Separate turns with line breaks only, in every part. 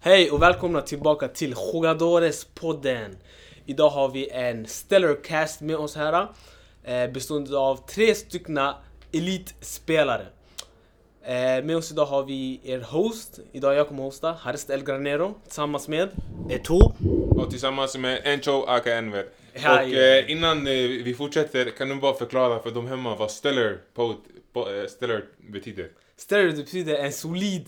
Hej och välkomna tillbaka till Jugadores-podden. Idag har vi en stellar cast med oss här. eh, Bestående av tre stycken elitspelare. Eh, Med oss idag har vi er host. Idag jag kommer hosta, Harist El Granero, tillsammans med...
Eto.
Och tillsammans med Encho Aka Enver.
Ja,
och
ja.
eh, innan eh, vi fortsätter kan du bara förklara för de hemma vad stellar, po, po, eh, stellar betyder?
Stellar betyder en solid,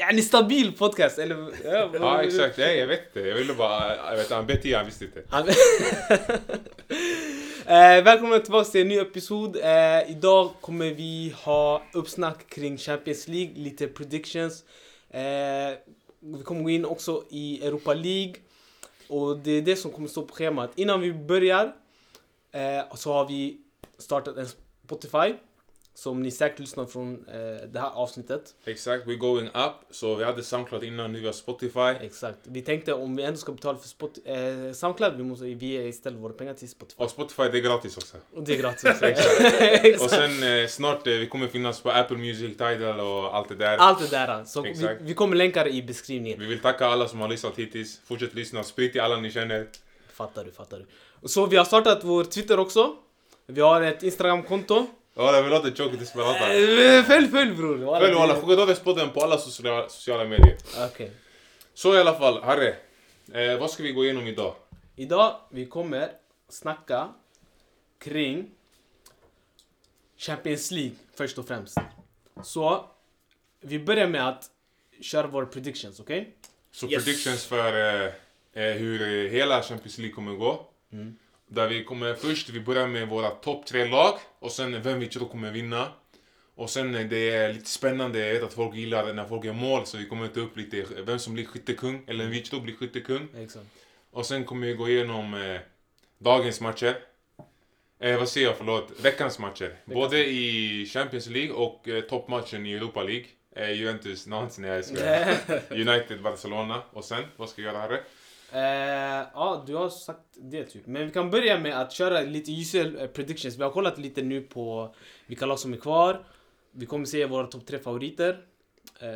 eh, en stabil podcast. Eller, ja,
Ja ah, exakt, nej jag vet det. Jag ville bara, eh, jag vet han Betty han visste inte.
Han- eh, välkomna tillbaka till en ny episod. Eh, idag kommer vi ha uppsnack kring Champions League, lite predictions. Eh, vi kommer gå in också i Europa League. Och det är det som kommer stå på schemat. Innan vi börjar eh, så har vi startat en Spotify. Som ni säkert lyssnar från eh, det här avsnittet.
Exakt, we're going up. Så vi hade Soundcloud innan, nu har vi Spotify.
Exakt. Vi tänkte om vi ändå ska betala för Spot- eh, Soundcloud, vi måste vi ställer våra pengar till Spotify.
Och Spotify det är gratis också.
Och det är gratis.
Och sen eh, snart, eh, vi kommer finnas på Apple Music, Tidal och allt det där.
Allt det där. alltså. Så vi,
Exakt.
vi kommer länka det i beskrivningen.
Vi vill tacka alla som har lyssnat hittills. Fortsätt lyssna, sprid till alla ni känner.
Fattar du, fattar du. Och Så vi har startat vår Twitter också. Vi har ett Instagram-konto.
Walla vi låter Choco Desperata.
Eh, Följ, följ bror! Walla,
Följ walla,
det-
Chocodadespodden på alla sociala, sociala medier.
Okej.
Så i alla fall, Harry. Eh, vad ska vi gå igenom idag?
Idag vi kommer snacka kring Champions League först och främst. Så vi börjar med att köra våra predictions, okej?
Så
Yes.
predictions för eh, eh, hur eh, hela Champions League kommer gå. Där vi kommer först, vi börjar med våra topp tre lag och sen vem vi tror kommer vinna. Och sen eh, det är lite spännande, jag vet att folk gillar när folk gör mål så vi kommer ta upp lite eh, vem som blir skyttekung, eller vi tror blir skyttekung.
Exakt.
Och sen kommer vi gå igenom eh, dagens matcher. Eh, vad säger jag, förlåt, veckans matcher. Både i Champions League och eh, toppmatchen i Europa League. Eh, Juventus, Nantes, nej jag skojar. United, Barcelona och sen, vad ska jag göra Harry?
Eh, ja, du har sagt det typ. Men vi kan börja med att köra lite UCL eh, predictions. Vi har kollat lite nu på vilka lag som är kvar. Vi kommer se våra topp tre favoriter. Eh,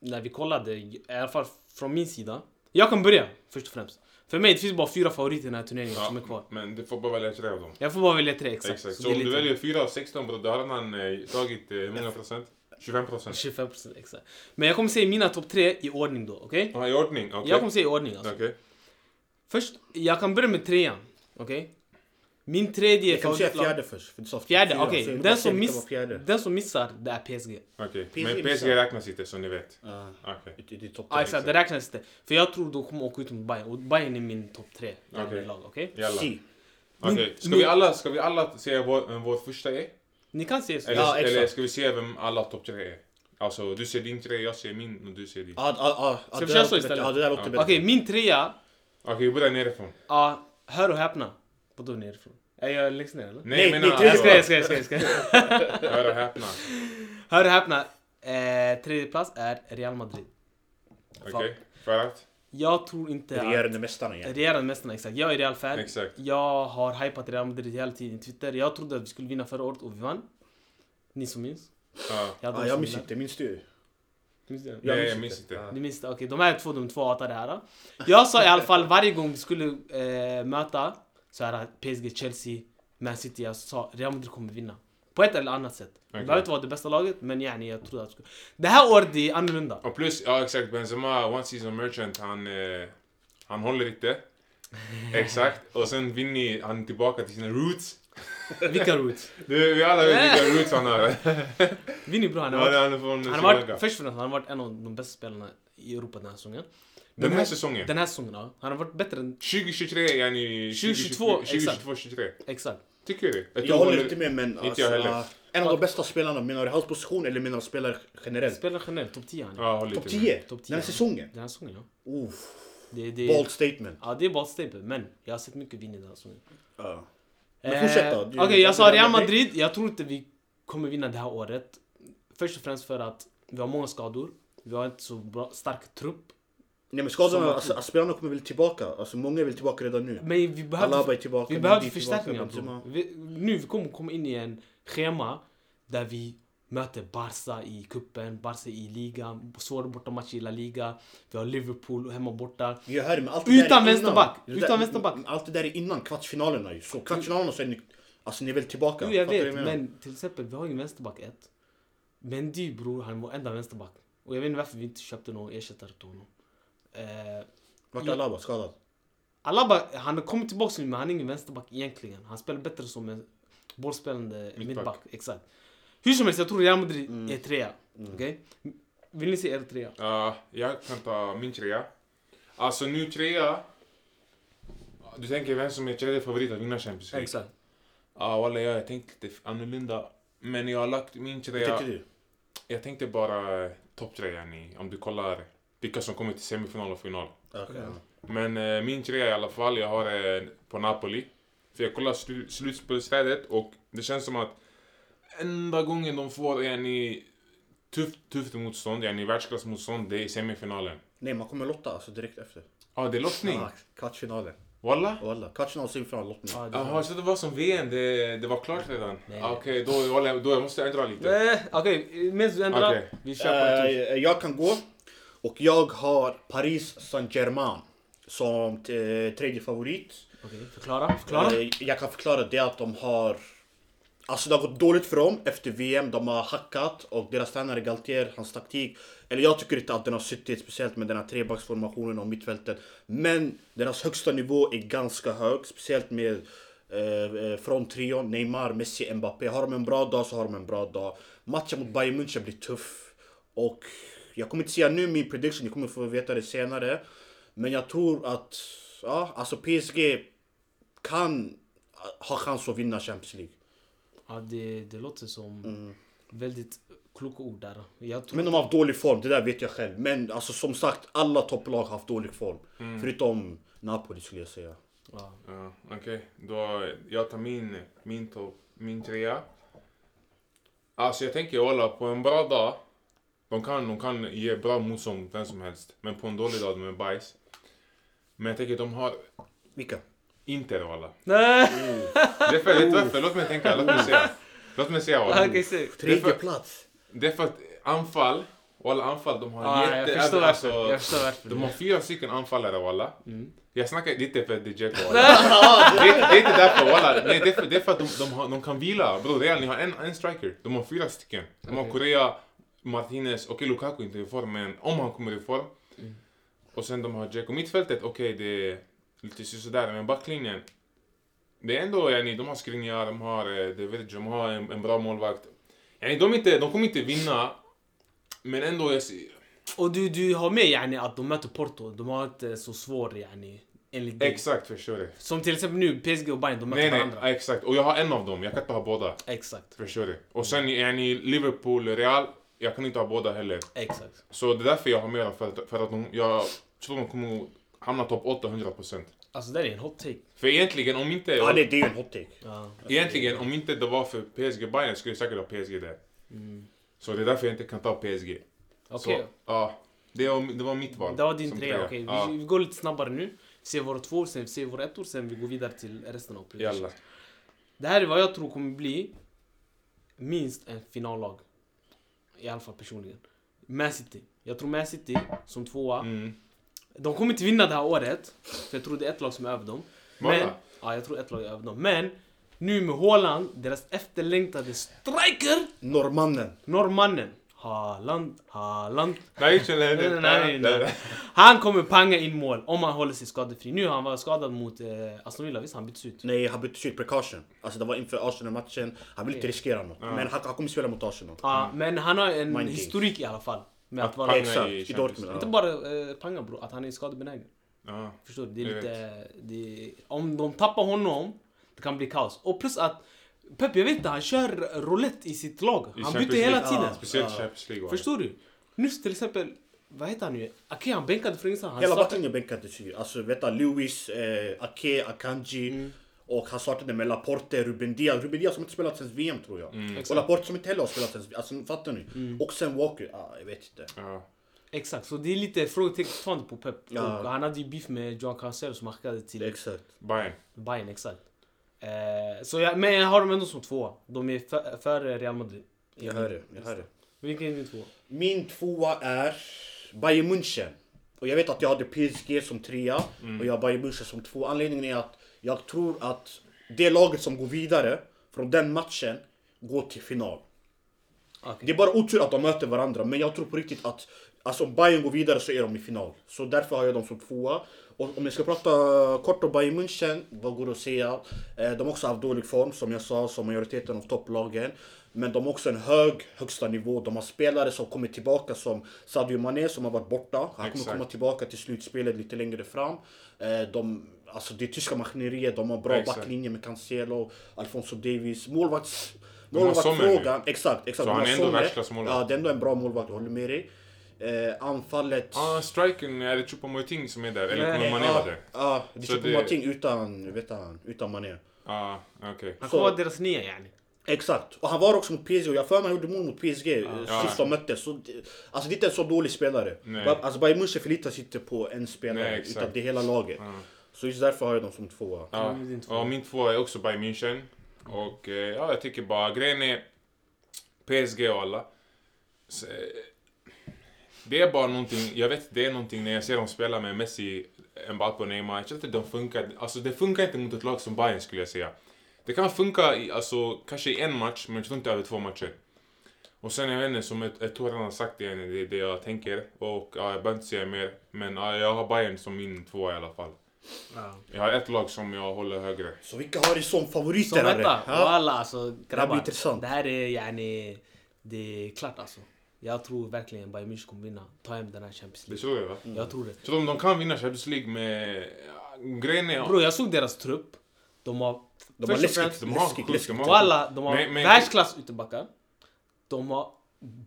när vi kollade, i alla fall från min sida. Jag kan börja först och främst. För mig det finns bara fyra favoriter i den här turneringen som är kvar.
Men du får bara välja tre av dem.
Jag får bara välja tre exakt.
Exakt. Så,
det är
om du
lite-
väljer fyra av 16 bror, då har han eh, tagit eh, hur många procent? 25 procent.
25% exakt. Men jag kommer se mina topp tre i ordning då, okej?
Ah, I ordning? Okej.
Jag kommer se i ordning alltså.
Okej.
Först, jag kan börja med trean. Okej? Min tredje
Jag kan säga
favoritlag-
fjärde först. För det sa
Fjärde,
fyra,
okej.
så jag vill bara
Den,
se
som
vilka
miss,
var Fjärde.
den som missar, det är PSG.
Okej.
PSG
Men PSG
missar.
räknas inte som ni vet.
Ja.
Okej.
Det- det är topp
Ah,
tre.
exakt, det räknas inte. För jag tror de kommer åka ut mot Bayern. Och Bayern är min topp tre
Okej.
lag, okej?
Jalla.
Si.
Okej. Ska,
min-
vi alla, ska vi alla säga vår, vem vår första är?
Ni kan se så.
Eller,
Ja, exakt.
eller ska vi se vem alla topp tre är? Alltså du ser din tre, jag ser min och du ser din.
Ja, ja, ja, ja,
Ska vi
det
köra
där
så
låter bättre.
istället?
Ja, det där låter
Ja.
bättre.
Okej, min trea.
Okej, vi börjar nerifrån.
Ah, hör och häpna. Vadå nerifrån? Är jag längst ner eller?
Nej,
Nej,
men
din tre.
Jag ska, jag
alltså,
ska, jag ska, jag ska.
hör och alltså, häpna.
Hör och häpna. Eh, tredje plats är Real Madrid.
Okej, för att?
Jag tror inte att...
Regerande mästaren igen.
Regerande mästarna, exakt. Jag är Real-fan.
Exakt.
Jag har hypat Real Madrid hela tiden i Twitter. Jag trodde att vi skulle vinna förra året och vi vann. Ni som minns?
Ja.
Jag, hade
Ah, Ja,
dem
jag
som
minns
vinnare.
inte. Minns du?
Minns ni det?
Nej, jag minns inte.
Ja.
Ni minns det? Okej, de här två, de två hatar det här. då. Jag sa i alla fall varje gång vi skulle eh, möta så här PSG, Chelsea, Man City. Jag sa Real Madrid kommer vinna. På ett eller annat sätt. Det
Okej.
behöver inte vara det bästa laget, men yani, jag trodde att det skulle... Det här året, det är annorlunda.
Och plus, ja exakt, Benzema, one season merchant, han, eh, han håller inte. Exakt. Och sen Vinny, han är tillbaka till sina roots.
Vilka roots?
Du, vi alla vet vilka roots han har.
Vinny bro, han har
Han
varit...
är, han är från
Han
Sri
har varit,
Lanka.
först och främst, han har varit en av de bästa spelarna i Europa den här säsongen.
Den här säsongen?
Den här säsongen, ja. Han har varit bättre än...
2023, yani...
2022, exakt.
2022, 23.
Exakt.
Tycker du? Jag, tror
Jag håller
Oliver-
inte med men...
Inte jag heller.
ah, En av de bästa spelarna. Menar du hans position eller menar du spelare generellt?
Spelar generellt, topp 10 han är.
Ja, håller
Topp
inte med.
10?
Topp
Den
10.
här säsongen?
Den här säsongen, ja.
Oof.
Det, det,
Bold statement. Ah.
Ja, det är bold statement, men jag har sett mycket Vinny den här säsongen.
Ja. Men
Eh,
fortsätt då. Du- alltså,
Okej, jag sa Real
Real
Madrid. Jag tror inte vi kommer vinna det här året. Först och främst för att vi har många skador. Vi har inte så bra, stark trupp.
Nej
Som
men skadorna,
var
alltså, spelarna kommer väl tillbaka. Alltså många är väl tillbaka redan nu.
Men vi
Alaba är
behövde,
tillbaka,
vi
Mendy
behövde
är tillbaka,
förstärkningar.
Benzema.
bro. Vi, nu vi kommer komma in i en schema där vi Möter Barca i kuppen, Barca i ligan, svår bortamatch i La Liga. Vi har Liverpool hemma borta.
Jag hör men allt det
Utan
där är innan-
vänsterback.
Det där-
Utan vänsterback.
Allt det där är innan kvartsfinalerna ju. Så kvartsfinalerna så är ni... Alltså ni är väl tillbaka?
Jo, jag
Fattar du
vet,
vad menar?
men till exempel vi har ju en vänsterback ett. Mendy bror, han är vår enda vänsterback. Och jag vet inte varför vi inte köpte någon ersättare till honom. Eh,
Vart är Alaba skadad?
Alaba, han har kommit tillbaka nu men han är ingen vänsterback egentligen. Han spelar bättre som en bollspelande
Mittback.
mittback. Exakt. Hur som helst, jag tror Real Madrid
Mm.
är trea. Okej? Vill ni se er trea?
Ja, jag kan ta min trea. Alltså nu trea. Du tänker vem som är tredje favorit att vinna Champions
Typ.
League?
Exakt.
Ja, walla jag har tänkt lite annorlunda. Men jag har lagt min
Vad
trea.
tyckte du?
Jag tänkte bara eh, topp tre, yani, om du kollar vilka som kommer till semifinal och final.
Okej, ja.
Men eh, min trea i alla fall, jag har eh, på Napoli. För jag kollar slu- slutspelsträdet och det känns som att enda gången de får yani, tufft, tufft motstånd, yani världsklassmotstånd, det är i semifinalen.
Nej, man kommer lotta alltså direkt efter.
Ja, ah, det är lottning.
Ja, kvartsfinalen.
Walla?
Walla. Kvartsfinal, semifinal, lottning.
Ja, det-
Jaha, så det var som VM, det, det var klart redan?
Nej.
Ah, Okej, då, walla, då jag måste jag ändra lite.
Eh, Okej, medan du ändrar.
Okej.
Vi kör på
Typ. Eh,
ett till.
jag kan gå. Och jag har Paris Saint-Germain som eh, tredje favorit.
Okej, förklara. Förklara.
Eh, jag kan förklara det att de har... Alltså det har gått dåligt för dem efter VM. De har hackat och deras tränare Galtier, hans taktik. Eller jag tycker inte att den har suttit speciellt med den här trebacksformationen och mittfältet. Men deras högsta nivå är ganska hög. Speciellt med eh, från trion Neymar, Messi, Mbappé. Har de en bra dag så har de en bra dag. Matchen mot Bayern München blir tuff. Och jag kommer inte säga nu min prediction, ni kommer få veta det senare. Men jag tror att, ja, alltså PSG kan ha chans att vinna Champions League.
Ja, det, det låter som väldigt kloka ord där. Jag tror...
mm. Men de har haft dålig form, det där vet jag själv. Men alltså, som sagt, alla topplag har haft dålig form. Förutom Napoli skulle jag säga.
Ja.
Ja, Okej, då jag tar min, min, topp, min trea. Alltså jag tänker hålla på en bra dag, de kan, de kan ge bra motstånd mot vem som helst. Men på en dålig dag, de är bajs. Men jag tänker de har
Vilka?
Inter walla.
Nej!
Det är för, vet du varför? Låt mig tänka, låt mig säga. Låt mig säga walla.
Okej, säg.
Tredje
för-
plats.
Det är för att anfall, walla anfall, de har
Ja, jag
jätte...
förstår
alltså,
varför. Jag förstår varför.
de har fyra stycken anfallare walla. Jag snackar lite för att det är Dzeko walla. Mm. det, det är inte därför walla. Nej, det, är för, det är för att de, de, har, de kan vila. Bror Real, ni har en, en striker. De har fyra stycken. De har Korea, Martinez, okej Lukaku är inte i form men om han kommer i form. Och sen de har Dzeko. Mittfältet, okej det är lite sådär men backlinjen. Det är ändå, yani, de har Skriniar, de har eh, De Vrij, de har en, en bra målvakt. Yani, de, är inte, de kommer inte vinna, men ändå, jag, ser-
Och du, du har med yani, att de möter Porto. De har inte så svår yani, enligt dig.
exakt förstår du.
Som till exempel nu, PSG och Bayern, de möter
Nej, nej,
varandra.
ja, exakt. Och jag har en av dem. Jag kan inte ha båda.
Exakt.
Förstår du? Och sen är ni Liverpool, Real. Jag kan inte ha båda heller.
Exakt.
Så det är därför jag har med dem. För att, för att de, jag tror de kommer att hamna topp 800 procent.
Alltså det där är en hot take.
För egentligen om inte...
Ja, nej, det är ju en hot take.
Ja.
egentligen om inte det var för PSG Bayern skulle jag säkert ha PSG där. Så det är därför jag inte kan ta PSG.
Mm. Okej.
Så, ja. Det var, det var mitt val.
Det var din
som
trea. Okej,
Ja.
vi, vi går lite snabbare nu. Vi ser våra tvåor, sen vi ser våra ettor, sen vi går vidare till resten av predictions.
Jalla.
Det här är vad jag tror kommer bli minst en finallag. I alla fall personligen. Man City. Jag tror Man City som tvåa.
Mm.
De kommer inte vinna det här året. För jag tror det är ett lag som är över dem. Men,
Bara?
ja, jag tror ett lag är över dem. Men nu med Haaland, deras efterlängtade striker,
Norrmannen.
norrmannen. Haaland, Haaland.
Nej, inte
Nej,
längre.
nej, nej, nej. Han kommer panga in mål om han håller sig skadefri. Nu har han varit skadad mot eh, Aston Villa, visst han byts ut?
Nej, han byttes ut. Precaution. Alltså det var inför Arsenal-matchen. Han vill inte riskera något. Men han, han kommer spela mot Arsenal.
Ja,
Mm.
men han har en
Minding.
historik i alla fall. Med att,
Att
vara...
panga
Exakt,
i
i
Champions
Dortmund,
Inte
League.
bara eh, panga bro, att han är skadebenägen.
Ja.
Förstår du? Det är
Jag
lite... Det, om de tappar honom, det kan bli kaos. Och plus att Pep, jag vet inte, han kör roulette i sitt lag.
I
Han
Champions
byter hela
League.
tiden.
Ja.
Speciellt Champions League. walla.
Förstår du? Nu till exempel, vad heter han nu? Okej, han bänkade för ingenstans. Han
Hela
startade-
backlinjen bänkades ju. Alltså veta, Lewis, eh, Ake, Akanji. Och han startade med Laporte, Ruben Diaz. Ruben Diaz som inte spelat sen VM tror jag. Och Laporte som inte heller har spelat sen Alltså fattar ni? Och sen Walker. Ah, jag vet inte.
Ja.
Exakt, så det är lite frågetecken fortfarande på Pep.
Ja.
Och han hade ju beef med John Cancelo som hackade till
Exakt.
Bayern.
Bayern, exakt. Eh, så jag, men jag har dem ändå som två. De är fö- före Real Madrid.
Jag hör det. Jag hör det.
Vilken är din två?
Mm. Min tvåa är Bayern München. Och jag vet att jag hade PSG som trea och jag har Bayern München som två. Anledningen är att jag tror att det laget som går vidare från den matchen går till final. Det är bara otur att de möter varandra, men jag tror på riktigt att alltså, om Bayern går vidare så är de i final. Så därför har jag dem som tvåa. Och om jag ska prata kort om Bayern München, vad går det att säga? Eh, De har också haft dålig form, som jag sa, som majoriteten av topplagen. Men de har också en hög högsta nivå. De har spelare som kommer tillbaka som Sadio Mané som har varit borta. Han kommer
Exakt.
komma tillbaka till slutspelet lite längre fram. Eh, De, alltså det är tyska maskineriet, de har bra
Exakt.
backlinje med Cancelo, Alfonso Davies. Målvakts...
De har Sommer
Målvaktsfrågan, exakt, exakt.
Så han är ändå
Sommer.
världsklassmålvakt.
Ja, det är ändå en bra målvakt, jag håller med dig. Eh, anfallet...
Ah, striken, är det Choupo-Moting som är där? Eller kommer
Nej,
Mané vara
ja,
där?
ja, det
Så
är
det-
Choupo-Moting utan, vet han, utan Mané.
Ah, okej.
Han
Så-
kommer vara deras nya yani.
Exakt, och han var också mot PSG och jag har för mig han gjorde mål mot PSG ah.
Ja.
sist de möttes. Så, det- alltså det är inte en så dålig spelare.
Nej.
Ba- Alltså Bayern München förlitar sig inte på en spelare,
Nej, exakt.
utan det är hela laget. Så just därför har jag dem som tvåa.
Ja,
Mm, din två.
och min två är också Bayern München. Och eh, ja, jag tycker bara grejen är PSG och alla. Så, eh, det är bara någonting, jag vet det är någonting när jag ser dem spela med Messi, Mbappe och Neymar. Jag känner att de funkar, alltså det funkar inte mot ett lag som Bayern skulle jag säga. Det kan funka i, alltså kanske i en match, men jag tror inte över två matcher. Och sen, jag vet inte, som jag, jag tror jag redan har sagt det, det är det jag tänker. Och ja, jag behöver inte säga mer, men ja, jag har Bayern som min tvåa i alla fall.
Ja.
Jag har ett lag som jag håller högre.
Så vilka har du som favoriter?
Så
Harry?
vänta,
Ja.
walla alltså grabbar.
intressant.
Det här är yani, det är klart alltså. Jag tror verkligen Bayern München kommer vinna, ta hem den här Champions
Det
League.
tror jag va?
Jag tror det.
Så de, de kan vinna Champions League med... ja, Grejen är...
Bro jag såg deras trupp. De har...
De
först
har
och
läskigt,
främst-
de har
läskigt,
sjukt,
läskigt.
de har-
Walla, de har
Men- men-
världsklass ytterbackar. De har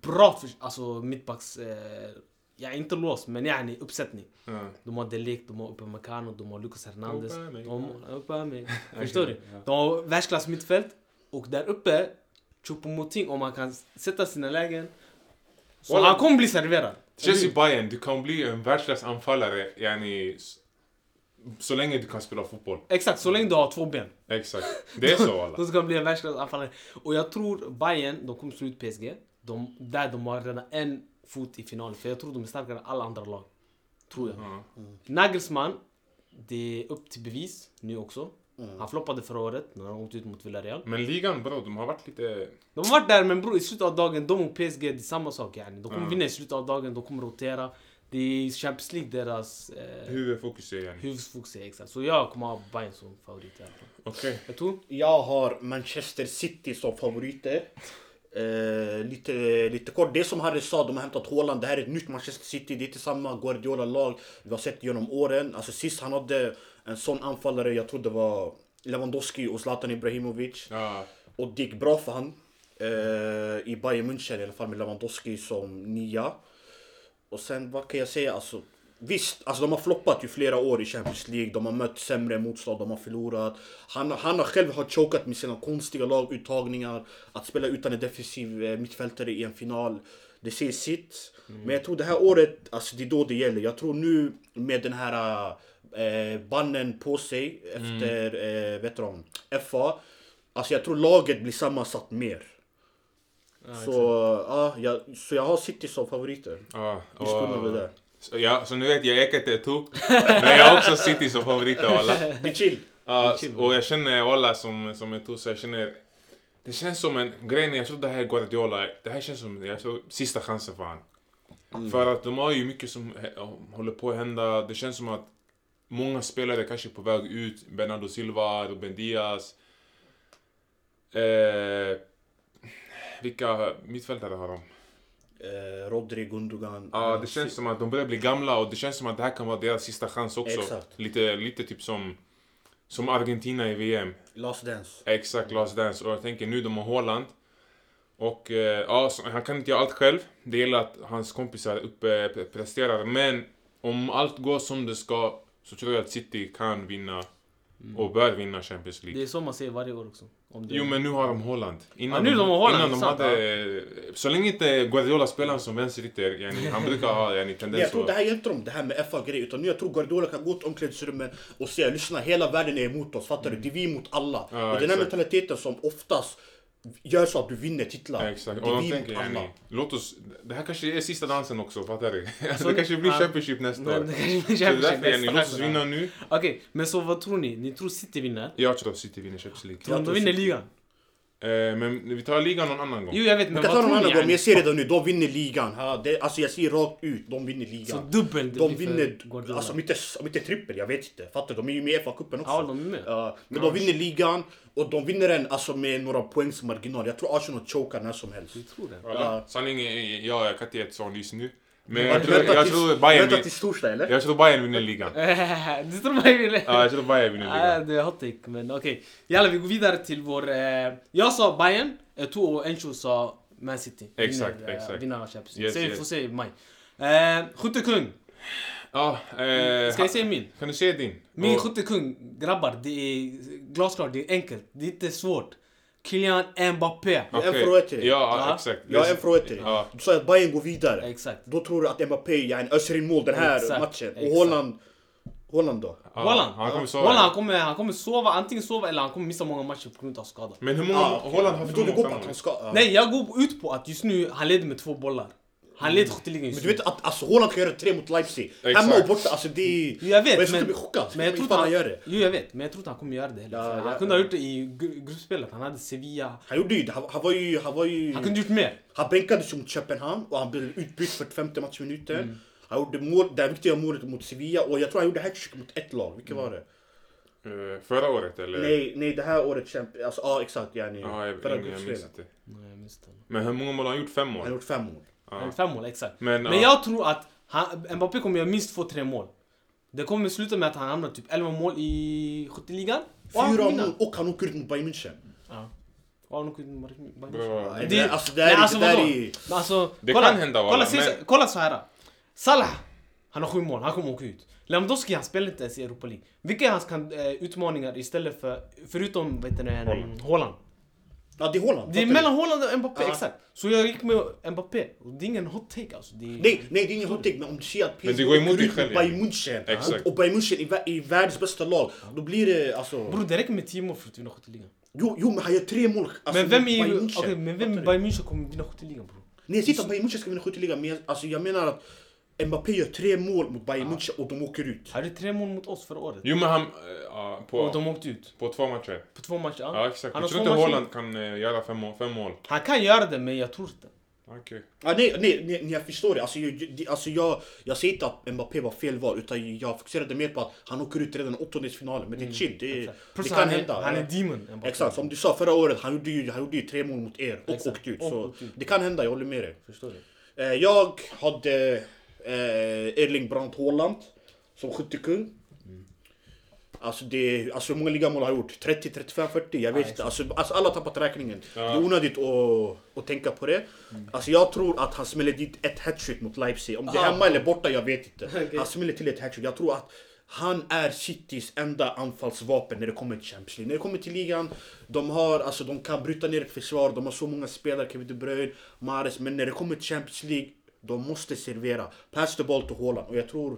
bra för, alltså mittbacks... Eh, ja, inte lås, men yani uppsättning.
Ja.
De har Delic, de har Upamecano, de har Lucas Hernandez.
Upamecano.
De, Upame. Förstår du? De har världsklass mittfält. Och där uppe, Choupo-Moting, om han kan sätta sina lägen. Så
Walla.
han kommer bli serverad.
Chelsea Bayern, du kan bli en världsklass anfallare yani, s- så länge du kan spela fotboll.
Exakt, så länge du har två ben.
Exakt. Det är så alla.
De ska bli en världsklassanfallare. Och jag tror Bayern, de kommer slå ut PSG. De, där de har redan en fot i finalen. För jag tror de är starkare än alla andra lag. Tror jag. Mm.
Ja.
Nagelsmann, det är upp till bevis nu också. Han floppade förra året när han åkte ut mot Villarreal.
Men ligan bro, de har varit lite...
De har varit där men bror i slutet av dagen, de och PSG det är samma sak yani. De kommer vinna i slutet av dagen, de kommer rotera. Det är Champions League deras eh,
Huvudfokus är yani.
huvudfokus är exakt. Så jag kommer ha Bayern som favorit i alla fall.
Okej.
Jag tror
Jag har Manchester City som favoriter. Eh, lite, lite kort, det som Harry sa, de har hämtat Haaland. Det här är ett nytt Manchester City, det är inte samma Guardiola-lag vi har sett genom åren. Alltså sist han hade en sån anfallare, jag tror det var Lewandowski och Zlatan Ibrahimovic.
Ja.
Och det gick bra för han. Eh, I Bayern München i alla fall med Lewandowski som nia. Och sen vad kan jag säga alltså. Visst, alltså de har floppat ju flera år i Champions League. De har mött sämre motstånd, de har förlorat. Han, han har själv har chokat med sina konstiga laguttagningar. Att spela utan en defensiv eh, mittfältare i en final. Det säger sitt. Men jag tror det här året, alltså det är då det gäller. Jag tror nu med den här eh, bannen på sig efter, eh, vet du om, FA. Alltså jag tror laget blir sammansatt mer. så, ja, jag, så jag har City som favoriter.
Ja.
Vi skulle
och-
väl det.
Så, ja, så nu vet jag, Eket är tok. Men jag har också City som favorit av alla.
Det är chill.
Ja, och jag känner alla som, som är tussa, jag känner... Det känns som en... Grejen är, jag tror det här är Guardiola. Det här känns som jag tror, sista chansen för han. För att de har ju mycket som hä- håller på att hända. Det känns som att många spelare kanske är på väg ut. Bernardo Silva, Ruben Diaz. Eh, vilka mittfältare har de?
Eh, Rodri, Gundogan. eh,
Ja, det känns som att de börjar bli gamla och det känns som att det här kan vara deras sista chans också.
Exakt.
Lite, lite typ som, som Argentina i VM.
Last Dance.
Exakt, Last Dance. Och jag tänker nu de har Haaland. Och eh, ja, så, han kan inte göra allt själv. Det gäller att hans kompisar uppe pre- presterar. Men om allt går som det ska så tror jag att City kan vinna och bör vinna Champions
Mm. det
League.
är så man säger varje år också. Om det-
Jo men nu har de Haaland. Innan
Ja, nu de har Haaland,
innan de
sant,
hade, eh, Så länge inte Guardiola spelar som vänsterytter, yani, han brukar ha yani,
Men
tendens
jag tror det här hjälpte dem, det här med FA-grejen. Utan nu jag tror Guardiola kan gå till omklädningsrummet och säga lyssna, hela världen är emot oss. Fattar du? Det är vi mot alla.
Mm. Ja,
och den här
exakt.
mentaliteten som oftast gör så att du vinner titlar.
Exakt,
Det
och de
vill
tänker
alla.
yani, låt oss, det här kanske är sista dansen också, fattar du? Alltså,
Så-
det kanske blir
ja.
Championship nästa
Men
år.
det
Så
kanske blir
det är därför
Championship
yani, låt oss
nästa år.
vinna nu.
Okej, men så vad tror ni? Ni tror City vinner?
Jag tror att City vinner Champions League.
Tror ni de
tror
vinner
City.
ligan?
Eh, men vi tar ligan någon annan gång.
Jo, jag vet,
Vi
men
kan ta
vad
någon
tror ni?
annan gång, men
yani?
jag ser redan nu, de vinner ligan. Ja, det, alltså jag ser rakt ut, de vinner
Så
ligan.
dubbel det
De
blir för
vinner,
Guardiola.
alltså om inte, om inte trippel, jag vet inte. Fattar du? De är ju med i FA-cupen också.
Ja, de är med.
Ja, men de vinner ligan och de vinner den alltså med några poängs marginal. Jag tror Arsenal chokar när som helst.
Jag tror det.
Ja. Sanningen är, ja, jag kan inte ge ett svar just nu. Men
Ja,
jag
du
tror,
väntar
jag
tills-
tror
du
Bayern
Väntar
vinner.
tills torsdag eller?
Jag tror Bayern vinner ligan.
Du tror man vinner?
Ja, jag tror Bayern vinner
Ah,
Äh,
ligan.
det är hot take, men okej. Jalla, vi går vidare till vår... Eh, jag sa Bayern, Eto'o och Encho sa Man City.
Exakt,
vinner, eh,
exakt.
Vinner Champions League.
Yes,
Så vi
yes.
får se i maj. Eh, skyttekung.
Ja,
mm,
eh,
Ska jag säga min?
kan du säga din?
Min
Och-
skyttekung, grabbar, det är glasklart, det är enkelt. Det är inte svårt. Kylian Mbappé.
är en
Okej.
fråga till dig.
Ja,
Ja.
exakt.
Jag har en fråga till dig.
Ja.
Du sa att Bayern går vidare.
Exakt.
Då tror du att Mbappé yani, öser in mål den här
Exakt,
matchen. Och
exakt.
Holland, Holland då?
Ja,
Wallan.
Han kommer
Walla, han
svara.
kommer, han kommer sova, antingen sova eller han kommer missa många matcher på grund av skada.
Men hur många... Holland har
Ah, Men
för
då du
många
går på att han
framåt.
ska... ja.
Nej, jag går ut på att just nu, han leder med två bollar. Han leder skytteligan
Men
just
du
nu.
vet att alltså, Holland kan göra tre mot Leipzig.
Exakt.
Hemma och borta, alltså det är...
Jo, Jag
Men jag
vet,
skulle
men,
inte bli chockad.
men jag tror
Ifall
att
han gör det.
Jo, jag vet, men jag tror inte han kommer göra det heller.
Ja,
För han
ja,
kunde ha
ja.
gjort det i gru- gruppspelet, han hade Sevilla.
Han gjorde ju det. Han, han var ju... Han, var ju,
Han
han,
kunde gjort mer.
bänkades ju mot Köpenhamn och han blev utbytt 45 matchminuten. Han gjorde mål, det här viktiga målet mot Sevilla och jag tror han gjorde hattrick mot ett lag. Vilket var det?
Eh, Förra året eller?
Nej, nej det här året Champions... Alltså ja exakt yani.
Ja, jag,
förra
jag, jag minns
gruppspelet.
inte.
Nej, jag minns inte.
Men hur många mål har han gjort? Fem
Han
mål?
gjorde fem mål.
Han gjorde Fem mål, exakt.
Men,
Men,
ja.
jag tror att han, Mbappé kommer göra minst två, tre mål. Det kommer sluta med att han hamnar typ 11 mål i skytteligan. Och han
Fyra
vinner.
mål och han åker ut mot Bayern München.
Ja. Och han åker ut med Bayern- Bayern.
Bra.
Det- alltså, det här
Nej,
är- det här
vadå?
är-
Men alltså,
Det
kolla,
kan hända,
kolla,
walla,
kolla,
men-
kolla så här. Salah, han har sju mål, han kommer åka ut. Lewandowski, han spelar inte ens i Europa League. Vilka är hans kan, eh, utmaningar istället för, förutom vet du, Holland.
Haaland.
Holland?
Ja det är Holland.
Det eh, är
fattar du?
mellan Holland och Mbappé,
Ja.
exakt. Så jag gick med Mbappé. Och det är ingen hot take alltså. Det är...
Nej, nej det är ingen hot take, men om du ser att PSG
Men det går emot dig
åker ut
själv,
mot Bayern
ja.
München
Exakt.
och, och Bayern München är, vä- är världens bästa lag, då blir det alltså...
Bror, det räcker med 10 mål för att vinna skytteligan.
Jo, jo men han gör tre mål alltså,
Men vem
mot
i
Alltså, Bayern München.
okej, men vem
Fattar
i
du?
Bayern München kommer vinna skytteligan bror?
Nej, titta Bayern München ska vinna skytteligan, men jag- alltså, jag menar att Mbappé gör tre mål mot Bayern München och de åker ut.
Han hade tre mål mot oss förra året.
Jo men han... eh, ja,
Och
på,
de åkte ut.
på två matcher.
På två matcher.
Ja exakt.
Han
Jag
har
tror
två
inte
matcher.
Holland kan eh, göra fem mål. Fem mål.
Han kan göra det, men jag tror inte.
Okej.
Ah, nej, nej, nej, nej, jag förstår det. Alltså, jag, det- alltså, jag, jag säger inte att Mbappé var fel val, utan jag fokuserade mer på att han åker ut redan i åttondelsfinalen. Men det är chill, det, det
Mm, Plus
kan
han,
hända.
Är, han
ja.
är demon. Mbappé.
Exakt, som du sa förra året, han gjorde ju, han gjorde ju tre mål mot er och
Exakt,
åkte ut.
och
Så
åkte ut.
det kan hända, jag håller med dig.
Förstår du?
Eh, Jag hade eh, Erling Brandt Haaland som skyttekung. Alltså, det, alltså hur många ligamål har han gjort? 30, 35, 40? Jag vet inte. Alltså, alltså alla har tappat räkningen. Det är onödigt att, att tänka på det. Alltså jag tror att han smäller dit ett hattrick mot Leipzig. Om det är
Ah.
hemma eller borta, jag vet inte. Han smäller till ett hattrick. Jag tror att han är Citys enda anfallsvapen när det kommer till Champions League. När det kommer till ligan, de, har, alltså, de kan bryta ner ett försvar, de har så många spelare, Kevin De Bruyne, Mahrez. Men när det kommer till Champions League, de måste servera. Pass the ball till Haaland. Och jag tror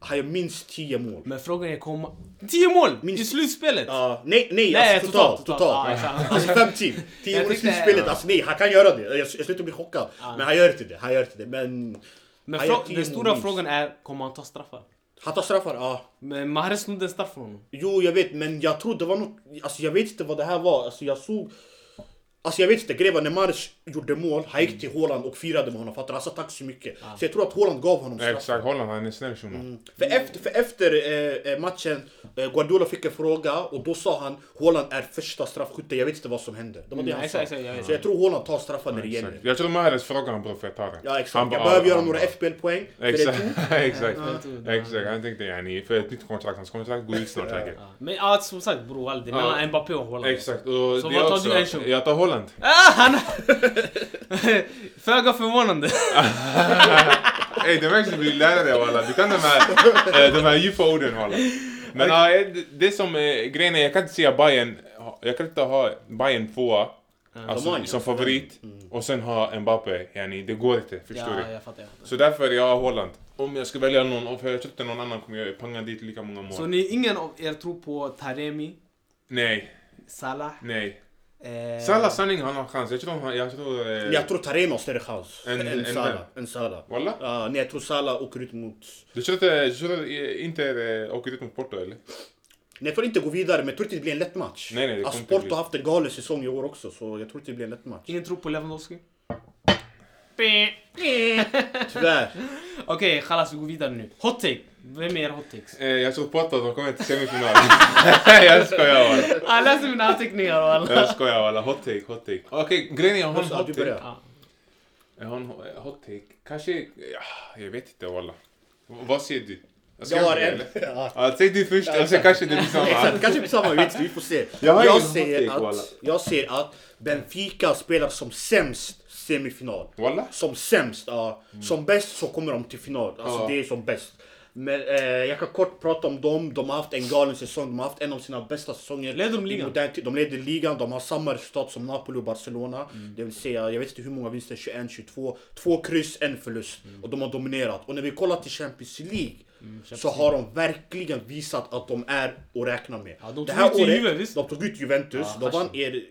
han gör minst 10 mål.
Men frågan är, kommer... Tio mål i
Minst-
slutspelet!
Ja, nej, nej,
Nej,
alltså, totalt.
totalt,
totalt,
totalt. Ja, exakt.
alltså fem team.
Jag
Tio mål i
tyckte-
slutspelet. Alltså nej, han kan göra det. Jag, jag slutar bli chockad. Men han gör inte det. Han gör inte det. Men...
men
han gör
frå-
tio
den
mål
stora
minst.
frågan är, kommer han ta straffar?
Han tar straffar, ja.
Men Mahrez snodde en straff från honom.
Jo, jag vet, men jag tror det var något... Alltså jag vet inte vad det här var. Alltså jag såg... Alltså jag vet inte, grejen var när Mahrez gjorde mål, han
Mm.
gick till Haaland och firade med honom. Fattar du? Han sa tack så mycket. Så jag tror att Haaland gav honom straff.
Exakt, Holland han är snäll shunon.
Mm.
För efter, för efter eh, eh, matchen, eh, Guardiola fick en fråga och då sa han Haaland är första straffskytte, jag vet inte vad som hände. Det var det
Mm,
han
exakt,
sa.
exakt, jag vet.
så jag tror Haaland tar straffar när det gäller.
Exakt. Jag tror Mahrez frågade han bror för jag tar den.
Ja exakt,
Han bara,
jag behöver
ah,
göra
han
några
bara.
FBL-poäng. För det är
Exakt,
tungt.
exakt.
Ja, det tog-
Exakt, han tänkte yani för ett nytt kontrakt. Hans kontrakt går ut snart säkert.
Ja. Men ja, som sagt bror, wall, det är
Ja.
mellan Mbappé och Holland.
Exakt, och
Så
det
vad tar
också.
du, Enzo?
Jag tar Holland.
Ah, han... Föga förvånande.
Ey, det märks att du blir lärare walla. Du kan de här, eh, de här djupa orden walla. Men ja, eh, det- det som är grejen är, jag kan inte säga Bayern, jag kan inte ha Bayern tvåa alltså,
De har ju-
som favorit och sen ha Mbappé. Yani, det går inte, förstår
ja,
du?
jag fattar. Jag fattar.
Så därför jag har Holland. Om jag ska välja någon, för jag tror inte någon annan kommer jag panga dit lika många mål.
Så ni, ingen av er tror på Taremi,
Nej,
Salah,
nej.
Eh,
Salah sanning han har chans. Jag tror han, jag tror... Eh,
Men jag tror Taremi har större chans
En-
än
en
Salah.
vem?
Än Salah.
Walla?
Ja, nej, jag tror Salah åker ut mot...
Du tror inte, du tror eh, inte eh, åker ut mot Porto eller?
Nej, får inte gå vidare, men jag tror inte det blir en lätt match.
Nej, nej, det
alltså,
kommer inte
Porto
bli.
har haft en galen säsong i år också, så jag tror inte det blir en lätt match.
Ingen tror på Lewandowski?
Tyvärr.
Okej, chalas vi går vidare nu. Hot take. Vem är er hot takes?
Eh, jag tror Porto att de kommer till semifinal. jag skojar walla.
Jag läser mina anteckningar walla.
Jag skojar walla. Hot take, hot take. Okej, grejen är jag har en
Ja,
hot
du
take.
Alltså, börjar.
Ja.
Jag har en ho- eh, hot take. Kanske... Ja, jag vet inte walla. V- Vad säger du? ska
Jag har
börja,
en.
eller?
Ja.
Ja, säg du först och sen kanske det blir samma.
Exakt, kanske blir samma, vi vet inte, vi får se.
Jag har ingen hot
ser
take, walla.
att, jag ser att Benfica spelar som sämst semifinal.
Walla?
Som sämst, ja. Som bäst så kommer de till final. Alltså
Mm. Ja.
det är som bäst. Men eh, jag kan kort prata om dem. De har haft en galen säsong. De har haft en av sina bästa säsonger.
Leder de
i
ligan?
modern tid. De leder ligan. De har samma resultat som Napoli och Barcelona.
Mm.
Det vill säga, jag vet inte hur många vinster. 21, 22. Två kryss, en förlust.
Mm.
Och de har dominerat. Och när vi kollar till Champions League. så har de verkligen visat att de är att räkna med.
Ja, de tog ut Juve, visst?
de tog ut Juventus.
Ja, Mm.
de vann er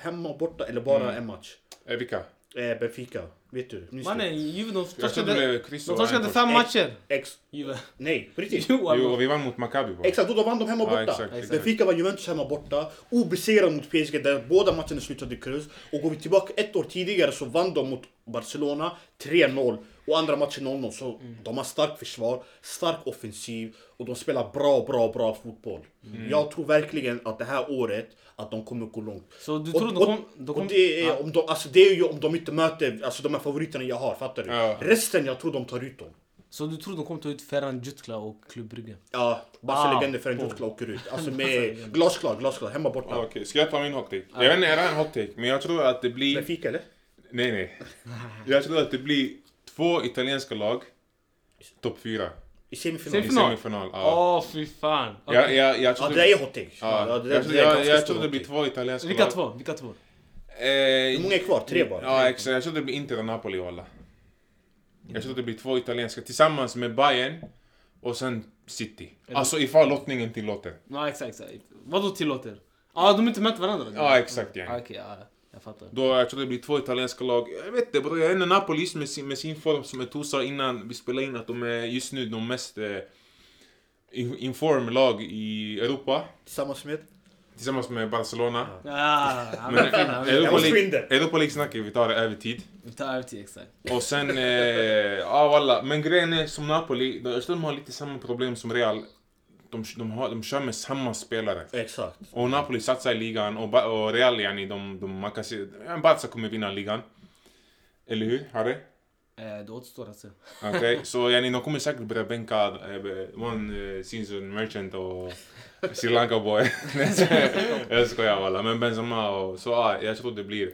hemma och borta, eller bara en match.
Eh, vilka?
Eh, Benfica, vet du? Minns du?
Mannen, Juve de
Jag tror det
torskade...
blev kryss
De
och
torskade
en
fem
Ex-
matcher.
Ex,
Juve.
nej, på riktigt.
Jo,
Jo,
walla.
och vi vann mot Maccabi bara.
Exakt, och då vann de hemma och
Ja,
borta.
exakt, exakt.
Benfica var Juventus hemma och borta. Obesegrade mot PSG där båda matcherna slutade i kryss. Och går vi tillbaka ett år tidigare så vann de mot Barcelona 3-0. Och andra matchen 0-0. Så
Mm.
de har starkt försvar, stark offensiv och de spelar bra, bra, bra fotboll.
Mm.
Jag tror verkligen att det här året att de kommer gå långt.
Så du
Och-
tror de
och-
kom- de
och
kom-
det,
Ja.
är, om de, alltså det är ju om de inte möter alltså de här favoriterna jag har, fattar du?
Ja.
Resten, jag tror de tar ut dem.
Så du tror de kommer ta ut Ferran Jutkla och Klubb Brygge?
Ja,
Ah,
Wow.
Barca-legender för en Dutkla åker ut. Alltså med glasklar, glasklar, hemma borta.
Ah, Okej, ska jag ta min hot take? Jag vet inte, är det här en hot take? Men jag tror att det blir...
Med fika eller?
Nej, nej. Jag tror att det blir två italienska lag, topp fyra,
I
Semi-
semifinal.
i
Final.
semifinal. Ja.
Åh fy fan! Okej.
Jag, jag, jag
Ja
tror
det där är hot take.
ja,
Ja, det där-
jag,
det
tror,
där är
jag,
ganska
jag
stor
tror det
hot
blir
take.
två italienska
Vilka
lag.
två? Vilka två?
Eh,
Hur många är kvar? Tre bara?
Ja, exakt. Jag tror det blir Inter och Napoli, walla. Jag tror det blir två italienska tillsammans med Bayern och sen City. Alltså ifall lottningen tillåter.
Ja exakt, exakt. Vadå tillåter? Ja, de har inte mött varandra?
Ja,
Mm.
exakt. Ja.
Ah, Okej, ja, jag fattar.
Då jag tror det blir två italienska lag. Jag vet inte bror, jag är ändå Napolis med sin, med sin form som jag sa innan vi spelade in att de är just nu de mest eh, in- inform lag i Europa.
Tillsammans med?
Tillsammans med Barcelona.
Ah, han
Men
är fin, han är fin.
Jag var
Europa League,
svindel.
Europa League snackar vi tar det över tid.
Vi tar över till exakt.
Och sen, eh, ja walla. Men grejen är som Napoli, de- jag tror de har lite samma problem som Real. De, de, har, de kör med samma spelare.
Exakt.
Och Napoli satsar i ligan och, Ba- och Real, yani, de, de, man kan se, ja, Barca kommer vinna ligan. Eller hur, Harry?
Eh, det återstår att se.
Okej, så yani, de kommer säkert börja bänka eh, One eh, Season Merchant och Sri Lanka Boy. jag skojar walla, men Benzema och så, ja, jag tror det blir.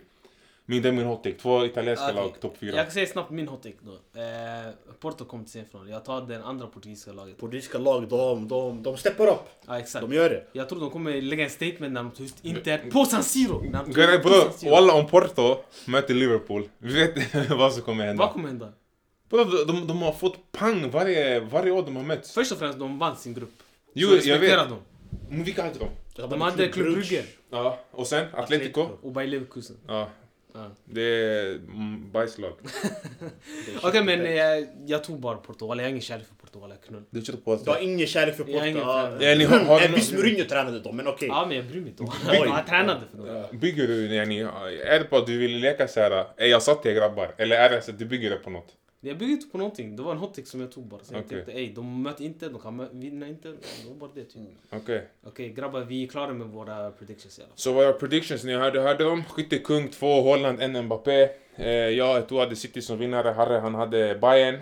Min, det är min hot take. Två italienska
Okej.
lag, topp fyra.
Jag kan säga snabbt min hot take då. Eh, Porto kom till semifinal. Jag tar den andra portugisiska laget.
Portugisiska lag, de, de, de steppar upp.
Ja, exakt.
De gör det.
Jag tror de kommer lägga en statement när de tar ut Inter på San Siro! När de tar
Grejen är
ut på San
bror,
Siro.
walla om Porto möter Liverpool, vi vet vad som kommer
Vad
hända.
kommer hända?
Bro, de, de, de har fått pang varje, varje år de har mötts.
Först och främst, de vann sin grupp.
Jo,
Så
jag
respektera
vet.
dem.
Men vilka hade de?
De hade Club Brugge
Ja, och sen Atletico.
och Bayer Leverkusen.
Ja,
Ja.
det är mm, bajslag.
Okej men eh, jag tog bara Portugal, jag har ingen kärlek för Portugal, jag knullar.
Du tror på
Du har ingen kärlek för
Jag har ingen
Porto.
kärlek.
Ja, ni har- har ni-
Visst Mourinho tränade dem, men okej.
Ja men jag bryr mig inte.
Oj.
Han tränade för dem.
Bygger du, yani, är det på att du vill leka såhär, är jag satt er grabbar? Eller är det så att du bygger det på något?
Jag bygger inte på någonting, det var en hot take som jag tog bara. Så jag
Okej.
tänkte ey, de möter inte, de kan mö- vinna inte. Det var bara det typ.
Okej.
Okej grabbar, vi är klara med våra predictions i alla fall.
Så våra predictions ni hörde, hörde dem. Skyttekung 2, Holland, en Mbappé. Eh, jag, Eto'o hade City som vinnare, Harry han hade Bayern.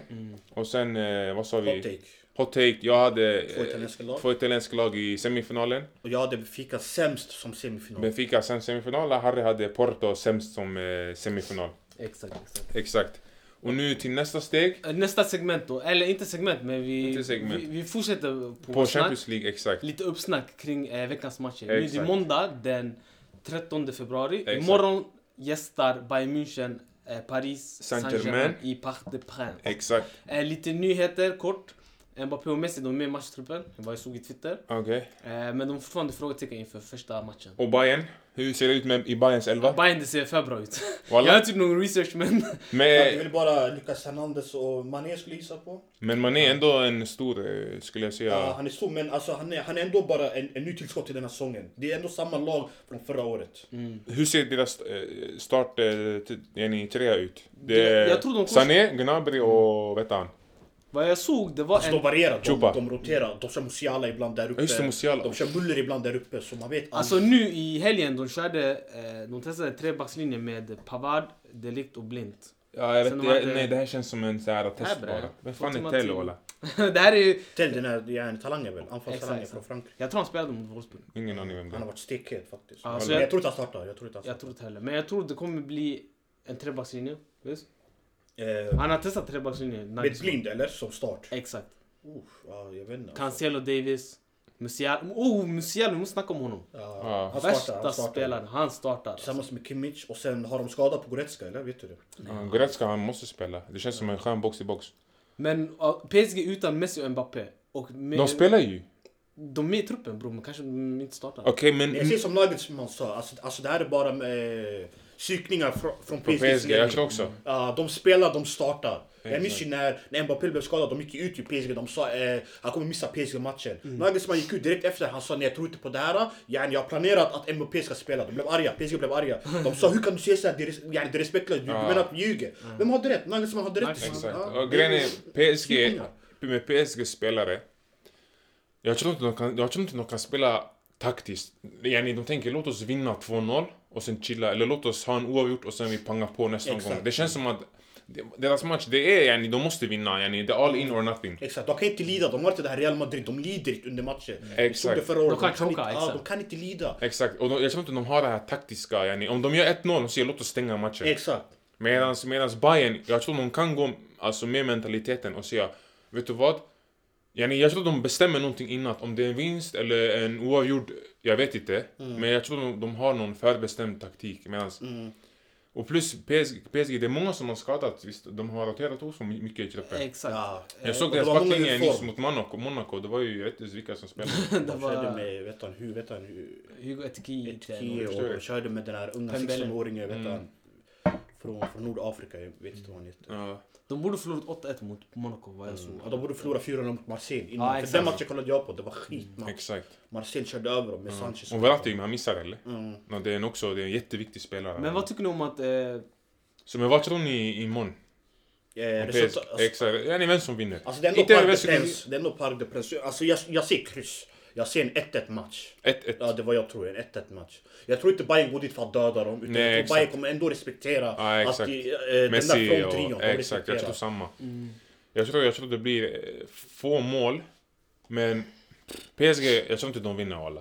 Och sen, eh, vad sa vi?
Hot take.
Hot take. Jag hade eh,
Två italienska lag.
två italienska lag i semifinalen.
Och jag hade Benfica sämst som semifinal.
Benfica sen semifinal, Harry hade Porto sämst som eh, semifinal.
Exakt, exakt.
Exakt. Och nu till nästa steg.
Eh, Nästa segment då, eller inte segment men vi,
Inte segment.
vi, vi fortsätter på,
På
vårt snack.
Champions League, exakt.
Lite uppsnack kring eh, veckans matcher. Nu är
Exakt.
det måndag den 13 februari.
Exakt.
Imorgon gästar Bayern München eh, Paris
Saint-Germain.
i Parc des Princes.
Exakt.
Eh, lite nyheter kort. Mbappé och Messi, de är med i matchtruppen. Vad jag såg i Twitter.
Okej.
Eh, men de har fortfarande frågetecken inför första matchen.
Och Bayern? Hur ser det ut med, i Bayerns elva?
Bayern, det ser för bra ut.
Walla.
Jag har inte gjort någon research men...
Jag
Men,
vill bara Lucas Hernandez och Mané skulle jag gissa på.
men man är ändå en stor, eh, skulle jag
Ja.
säga.
han är stor, men alltså, han, är, han är ändå bara en, en ny tillskott till den här säsongen. Det är ändå samma lag från förra året.
Hur ser deras eh, start, eh, t- är ni trea ut? Det
Jag-
är
jag tror de kommer-
Sané, Gnabry och, vet han?
Vad jag såg, det var
Alltså, de
en...
varierar, de,
Chupa.
de roterar. De kör Musiala ibland där uppe.
just det, Musiala.
De kör Muller ibland där uppe, så man vet
Alltså nu i helgen, de körde... Eh, de testade trebackslinjen med Pavard, Delict och Blint.
Ja, jag
Sen
vet
de
jag,
hade-
Nej, det här känns som en så här test
Här, bre.
bara. Vem fan är
Automatik.
Tello eller?
det här är ju...
Tell den här ja, en talangen väl?
Exakt,
Anfallstalangen
exakt.
från Frankrike.
Jag tror han spelade mot Wolfsburg.
Ingen aning vem det
Eh, Han har
är.
varit stekhet faktiskt.
Ja, så
Men
jag-
jag tror inte han startar. Jag tror inte han
Jag
startar.
tror inte heller. Men jag tror det kommer bli en trebackslinje. Visst?
Eh,
Han har testat trebackslinjen.
med
Nagelsmann.
blind eller? Som start?
Exakt.
Uff, ja, jag vet inte. alltså.
Cancelo Davis. Musial. Oh, Musial, vi måste snacka om honom.
Ja,
Ja.
han startar,
Värsta
han startar.
spelaren. Han startar.
Tillsammans med Kimmich och sen har de skada på Goretzka eller? Vet du det?
Mm.
Ja, Goretzka, han måste spela. Det känns som en skön box i box.
Men ja, PSG utan Messi och Mbappé. Och med,
De spelar ju.
de är med i truppen bror, men kanske de inte startar.
Okej,
Men
men...
jag ser som Nagelsmann sa, alltså, alltså det här är bara eh, psykningar fr- från
På
PSGs
PSG, jag tror
ledning.
också.
Ja, de spelar, de startar. Jag minns ju när, när Mbappé blev skadad, de gick ju ut i PSG, de sa eh, han kommer missa PSG-matchen.
Mm.
Nagelsmann gick ut direkt efter, han sa nej jag tror inte på det här. Yani, jag har planerat att Mbappé ska spela, de blev arga, PSG blev arga. De sa hur kan du säga såhär, det är, res- yani, det är respektlöst, du, du
Ja.
menar att du ljuger. Vem hade rätt? Nagelsmann hade rätt.
Exakt.
Exakt.
Ja,
Och grejen
det
är,
är-
PSG,
Slutningar.
med PSG-spelare, jag tror inte de kan, jag tror inte de kan spela taktiskt. Yani, de tänker låt oss vinna 2-0 och sen chilla, eller låt oss ha en oavgjort och sen vi pangar på nästa
Exakt.
gång. Det känns som att de- deras match, det är yani, de måste vinna yani, det är all in or nothing.
Exakt, de kan inte lida. De har inte det här Real Madrid, de lider inte under matchen. Vi såg det
Mm. Exakt.
förra året.
De kan
inte,
choka,
ja,
exakt.
de kan inte lida.
Exakt, och de, jag tror inte de har det här taktiska yani. Om de gör 1-0, de säger låt oss stänga matchen.
Exakt.
Medans, medans Bayern, jag tror de kan gå alltså, med mentaliteten och säga Vet du vad? Yani, jag tror de bestämmer någonting innan. Om det är en vinst eller en oavgjord, jag vet inte.
Mm.
Men jag tror de, de har någon förbestämd taktik. Medans, Och plus PSG, PSG, det är många som har skadat. Visst, de har roterat också mycket i truppen.
Exakt.
Ja.
Eh,
Jag såg
och
deras
det var många
backlinje nyss
uniform.
mot Monaco, Monaco. Det var ju, jag vet inte vilka som spelade.
De
Det
körde
var
med, vet han, hur, vet han, hur,
Hugo Etiki.
Tio och de körde med den här unga
Pembele.
16-åringen,
Mm.
vet han. Från, från Nordafrika, jag vet inte vad han heter.
ja.
De borde förlorat 8-1 mot Monaco vad jag
Mm.
såg.
Ja, de borde förlora 4-0 mot Marseille
Ja,
innan. För
exakt.
den matchen kollade jag på, det var skitmatch.
Exakt.
Marseille körde över dem med
Mm.
Sanchez.
Och Verratti, han missar eller?
Mm.
Ja, det är en också, det är en jätteviktig spelare.
Men vad tycker ni om att... Eh,
Så men vad tror ni imorgon?
Eh,
PSG,
resultat, alltså,
exakt. Ja, ni vem som vinner.
alltså det är ändå
Inte
Parc
vem
de
som-
Prince. Det är ändå Parc de Prince. Alltså jag, jag ser kryss. Jag ser en 1-1 match.
1-1.
Ja, det var jag tror. En 1-1 match. Jag tror inte Bayern går dit för att döda dem. Utan
Nej,
jag tror
exakt.
Bayern kommer ändå respektera
Ja,
att
exakt.
de, eh, den där
Messi
fronttrion,
och... Exakt,
de Mm.
jag
respekterar.
tror samma. Jag, tror, jag tror det blir eh, få mål, men PSG, jag tror inte de vinner
Alltså,
alla.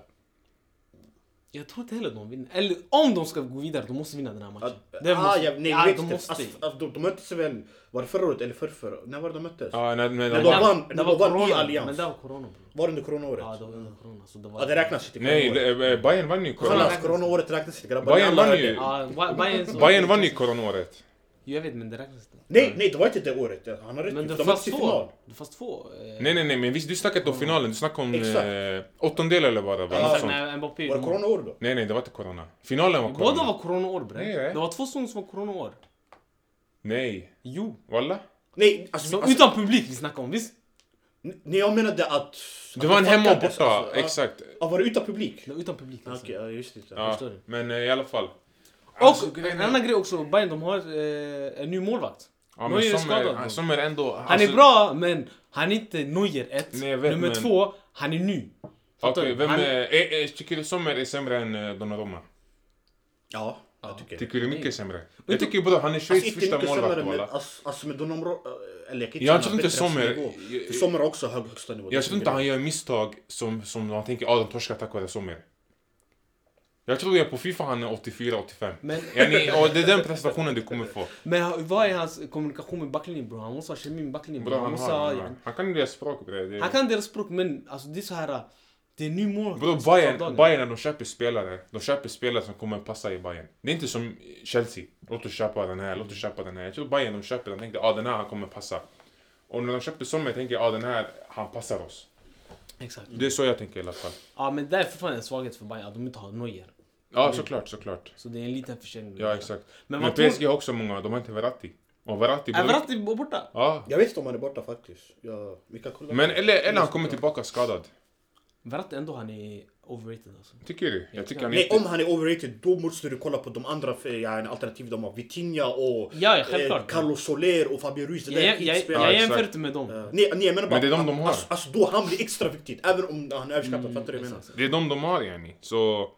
jag tror inte heller de vinner. Eller om de ska gå vidare, de måste vinna den här matchen. Det
ah,
måste-
ja, nej,
Ja,
vet
de
inte.
måste.
Alltså, alltså, de, de möttes väl, var det förra året eller förrförra? När var det de möttes?
Ja, nej, men
Men
de,
de vann-
Det
de
var
vann i
corona,
Allians.
Men det var corona bror.
Var det under coronaåret?
Ja,
Ja,
det var under corona. Så det var...
det räknas inte.
nej,
coronaåret.
eh, Bayern vann ju corona.
Kolla, alltså, coronaåret räknas inte grabbar.
Bayern
Ni alla
vann
hörde.
ju.
Ja, Ba- Mm. Bayern så-
Bayern vann ju coronaåret.
Jag vet men det räknas inte.
Nej, nej det var inte det året. Han har rätt.
Men
ju,
det
för de
fanns
möttes i
två.
final.
Det fanns två. eh,
Nej, nej, nej, men visst, du snackade inte om finalen. Du snackade om
Mm. Exakt.
eh, åttondelar eller vad det var.
Ja,
något
Exakt,
sånt.
när Mbappé
Var det coronaår då?
Nej, nej, det var inte corona. Finalen var corona.
Båda var coronaår bre.
Nej, nej.
Det var två säsonger som var coronaår.
Nej,
Jo.
walla.
Nej, alltså...
Så
alltså
utan publik vi snackar om, visst?
nej, jag menade att...
Det var en hemma och
Alltså,
borta,
ja.
exakt.
Ja, var det utan publik?
Det var utan publik
Okej,
alltså.
ja, just det. Ja.
Ja,
förstår du.
men eh, i alla fall.
Och
Alltså, grejen
en
är-
annan grej också, Bayern de har eh, en ny målvakt.
Ja,
Neuer är
men alltså- Sommer,
skadad.
han- Sommer ändå...
han är bra men han är inte Neuer ett.
Nej, jag vet,
Nummer
men-
två, han är ny. Fattar
Okej,
du?
vem
han...
är, är, är... Tycker du Sommer är sämre än eh, Donnarumma?
Ja, jag tycker det.
Tycker du mycket sämre? Jag tycker bror, han är
Alltså
Schweiz
inte
första
mycket sämre,
målvakt
men
walla.
alltså, alltså med Donnarumma... Eller jag kan
Jag
inte
tror
säga
inte
bättre
Sommer-
än nivå.
jag-
För Sommer har också hög högsta nivå.
Jag tror inte han gör misstag som, som han tänker ah, de torskar tack vare Sommer. Jag tror jag på Fifa han är 84-85.
Men-
Yani, och det är den prestationen du kommer få.
Men ha- vad är hans kommunikation med backlinjen bror? Han måste ha kemi med backlinjen
Bra,
bror. Han
han,
måste
har,
ha...
han, har. han kan ju deras språk och grejer.
Han
Det-
kan deras språk men alltså det är så här... Det är en ny målvakt.
Bro,
som tar
Bayern,
dagen.
Bayern när de köper spelare, de köper spelare som kommer passa i Bayern. Det är inte som Chelsea. Låt oss köpa den här, låt oss köpa den här. Jag tror Bayern de köper, de tänkte ah, den här han kommer passa. Och när de köpte Sommer tänker jag, ah, den här, han passar oss.
Exakt.
Det är så jag tänker i alla fall.
Ja, men det är fortfarande en svaghet för Bayern att de inte har Neuer.
Ja, såklart, såklart.
Så det är en liten försäljning.
Ja, exakt.
Men
Mm. Men,
vad tror-
PSG har också många, de har inte Verratti. Och Verratti...
Är Verratti borta?
Ja.
Jag vet inte om han är borta faktiskt. Ja, vi kan kolla.
Men eller, eller han kommer tillbaka skadad.
Verratti ändå, han är overrated alltså.
Tycker du? Jag tycker han är...
Nej, om han är overrated då måste du kolla på de andra eh, ja, alternativ de har. Vitinha och eh,
Ja, ja, självklart.
Carlos Soler och Fabio Ruiz. Det
Jag,
där är
jag, jag,
skitspelare.
jag
Ja,
jämför
exakt.
inte med dem.
Eh, Nej, nej, jag menar bara...
Men det är de de har.
Alltså, alltså då han blir extra viktigt. Även om han är överskattad. fattar du vad jag menar?
Det är de de har yani. Så...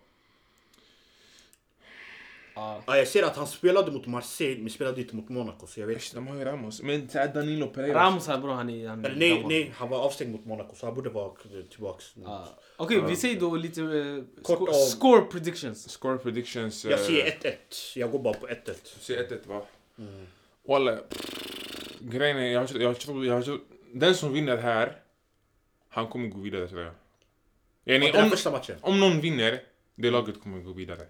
Ja,
Ja, jag ser att han spelade mot Marseille men spelade inte mot Monaco så jag vet
Ish,
inte.
De har ju Ramos. Men så är Danilo Pereira.
Ramos här bror, han är... Han är
Eller nej,
gammal.
nej, han var avstängd mot Monaco så han borde vara tillbaks.
Ja. Okej, vi säger då lite eh,
Kort
sco-
om-
score predictions.
Score predictions...
Jag
eh,
ser 1-1. Jag går bara på 1-1.
Du ser 1-1 va?
Mm.
Walla, pff, grejen är, jag, tror- jag, tror, jag tror... Den som vinner här, han kommer gå vidare tror jag.
Det
Yani,
är
om,
första matchen.
om någon vinner,
Mm.
det laget kommer gå vidare.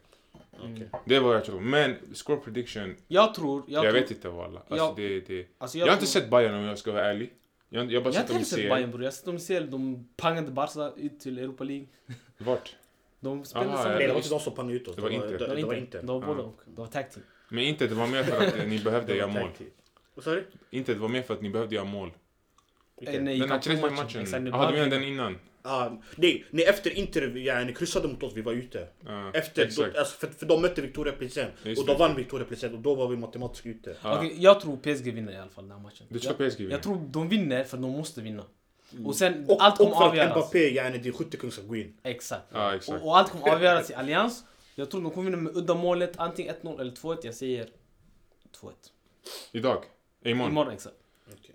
Okej.
Det är vad jag tror. Men score prediction,
Jag tror...
jag,
Jag, tror,
vet inte walla. Alltså,
Ja.
det, det.
Alltså,
Jag, har inte
tror-
sett Bayern om jag ska vara ärlig. Jag, jag har bara
Jag har
sett
inte
dem i
heller sett
serien.
Bayern bror. Jag har sett dem i CL. De pangade Barca ut till Europa League.
Vart?
De spelade
Aha,
samma...
Nej, det
Det
var inte de som pangade ut oss.
Det var inte.
Det, det var inte.
De var både
Ah.
och. De var tag team.
Men inte, det var mer för att eh, ni behövde göra mål.
Vad sa du?
Inte, det var mer för att ni behövde göra mål.
Eh, nej,
Den här
Camp Nou
tredje
Exakt,
matchen.
det
Jaha,
var-
du menar den innan?
Ah, nej, nej, efter Inter ja, ni kryssade mot oss, vi var ute.
Ja,
Efter,
exakt.
då, alltså, för, för de mötte Victoria Plzen
Just
och de
det.
vann Victoria Plzen och då var vi matematiskt ute.
Ja.
Okej, jag tror PSG vinner i alla fall den här matchen.
Du tror
jag,
PSG vinner?
Jag tror de vinner för de måste vinna. Och sen
Mm. Och,
allt kommer
och för att
avgöras.
Mbappé, ja, din skyttekung ska gå in.
Exakt.
Ja, exakt.
Och, och allt kommer avgöras i Allians. Jag tror de kommer vinna med uddamålet, antingen 1-0 eller 2-1. Jag säger 2-1.
Idag? Eh, Imorgon?
Imorgon exakt.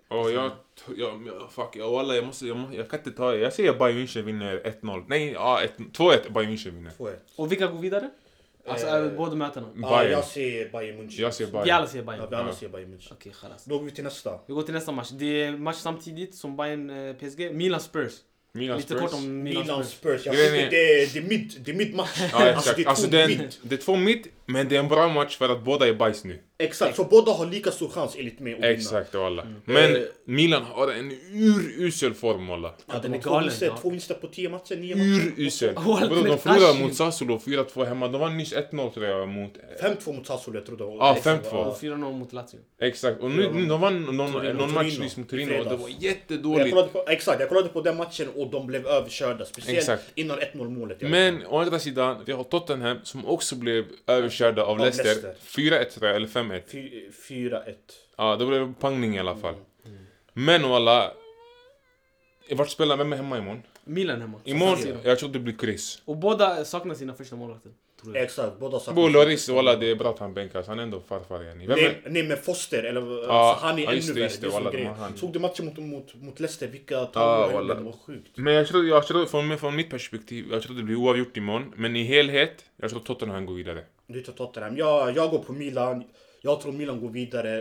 Och jag, jag, jag- fuck, jag, wallah, jag måste, jag, må- jag kan inte ta det. Jag säger Bayern München vinner 1-0. Nej, ja, 1 2-1 Bayern München vinner.
Får jag?
Och vilka går vidare? Alltså
Eh,
eh, båda mötena?
Ja, jag
Bayern.
ser Bayern München.
Jag ser
Vi alla
Bayern.
ser
Ja,
Bayern.
vi alla ser Bayern München.
Okej, chalas.
Då går vi till nästa.
Vi går till nästa match. Det är match samtidigt som Bayern eh, PSG. Milan Spurs.
Milan
Lite kort
Spurs.
om Milan
Milan
Spurs.
Spurs. Jag
Grejen
tycker
är-
alltså, det är det är mid, det är midmatch.
Ja, exakt.
är
Alltså,
två
det, är en,
mid.
det är två mitt, men det är en bra match för att båda är bajs nu.
Exakt, så båda har lika stor chans enligt mig att vinna.
Exakt, wallah. Men
Eh.
Milan har en urusel form, wallah.
Ja, de
Den är
har två
galen,
vinster,
ja.
två vinster på tio matcher, nio matcher.
Urusel.
Wallah,
Bror,
den är
de förlorade
arsig.
mot Sassuolo 4-2 hemma. De vann nyss 1-0 tror jag mot...
5-2 mot Sassuolo, jag tror det var.
Ja,
Exakt,
5-2.
ja.
Och 4-0 mot Lazio.
Exakt. Och nu, nu de vann någon, någon match
Torino.
nyss mot Torino och det var
Fredags. Jag
jättedåligt.
kollade på, exakt, jag kollade på den matchen och de blev överkörda. Speciellt
Exakt.
innan 1-0 målet. jag vet.
Men å andra sidan, vi har Tottenham som också blev överkörda av Leicester.
Leicester.
4-1 tror jag, eller 5-1.
Fy- 4-1.
Ja, det blev pangning i alla fall.
Mm,
Men walla. Vart spelar vem är hemma imorgon?
Milan hemma.
Imorgon, jag tror det blir kryss.
Och båda saknar sina första målvakter. Tror jag.
Exakt, båda sa...
Bo Loris, walla det är bra att han bänkas. Han är ändå farfar yani. Vem
Nej,
är...
nej men Foster, eller
Ja,
alltså, han är
ja, just
ännu
det,
värre.
just
Det
det,
är som
wallah, de
grej.
har han.
Såg du matchen mot, mot, mot Leicester? Vilka
Ja,
tavlor
wallah.
det var sjukt.
Men jag tror, jag tror från, från mitt perspektiv, jag tror det blir oavgjort imorgon. Men i helhet, jag tror Tottenham går vidare.
Du tar Tottenham. Jag, jag går på Milan. Jag tror Milan går vidare.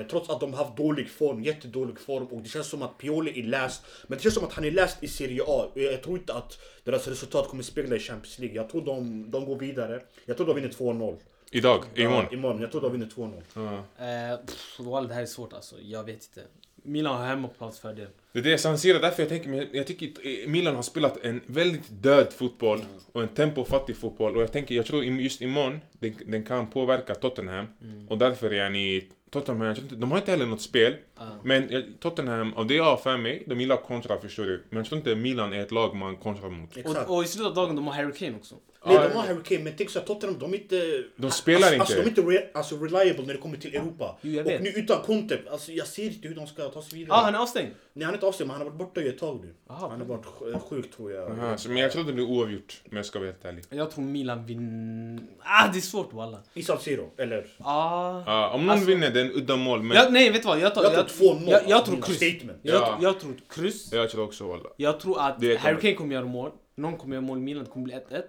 Eh, trots att de har haft dålig form, jättedålig form. Och det känns som att Pioli är läst. Men det känns som att han är läst i Serie A. Eh, Jag tror inte att deras resultat kommer spegla i Champions League. Jag tror de, de går vidare. Jag tror de vinner 2-0.
Idag, imorgon.
Ja, imorgon. Jag tror de vinner 2-0.
Ja.
Eh, pff, Wall, det här är svårt alltså. Jag vet inte. Milan har hemmaplansfördel.
Det är det San Siro, därför jag tänker, men jag tycker att Milan har spelat en väldigt död fotboll
Mm.
och en tempofattig fotboll och jag tänker, jag tror im- just imorgon, den, den kan påverka Tottenham
Mm.
och därför är ni Tottenham, jag tror inte, de har inte heller något spel
Ah.
men jag- Tottenham, av det jag har för mig, de gillar att kontra förstår du, men jag tror inte Milan är ett lag man kontrar mot.
Exakt.
Och, och i slutet av dagen, de har Harry Kane också.
Nej,
Ja,
de har Harry Kane, men tänk så här, Tottenham, de är inte...
De spelar
alltså, Alltså, de är
inte.
inte re, alltså, reliable när det kommer till Europa.
Jo, jag vet.
och nu utan Conte, alltså, jag ser inte hur de ska ta sig
Ja,
vidare.
ah, han är avstängd.
Nej, han är inte avstängd, men han har varit borta i ett tag nu.
Aha.
han har varit sj- eh, sjuk tror jag.
Aha, så, men jag tror det blir oavgjort, men jag ska vara helt ärlig.
Jag tror Milan vinner... Ah, det är svårt walla.
I San Siro, eller?
Ah.
Ja, om någon
Alltså-
vinner, det är en udda mål, men
Jag, nej, vet du vad? Jag, tar,
Jag tror 2-0,
Jag, jag
alltså,
tror
mina
kryss.
statement.
Jag,
Ja.
jag tror kryss.
jag tror också walla.
Jag tror att
Det
Harry
kommer-
Kane kommer göra mål. Någon kommer göra mål. Milan det kommer bli 1-1.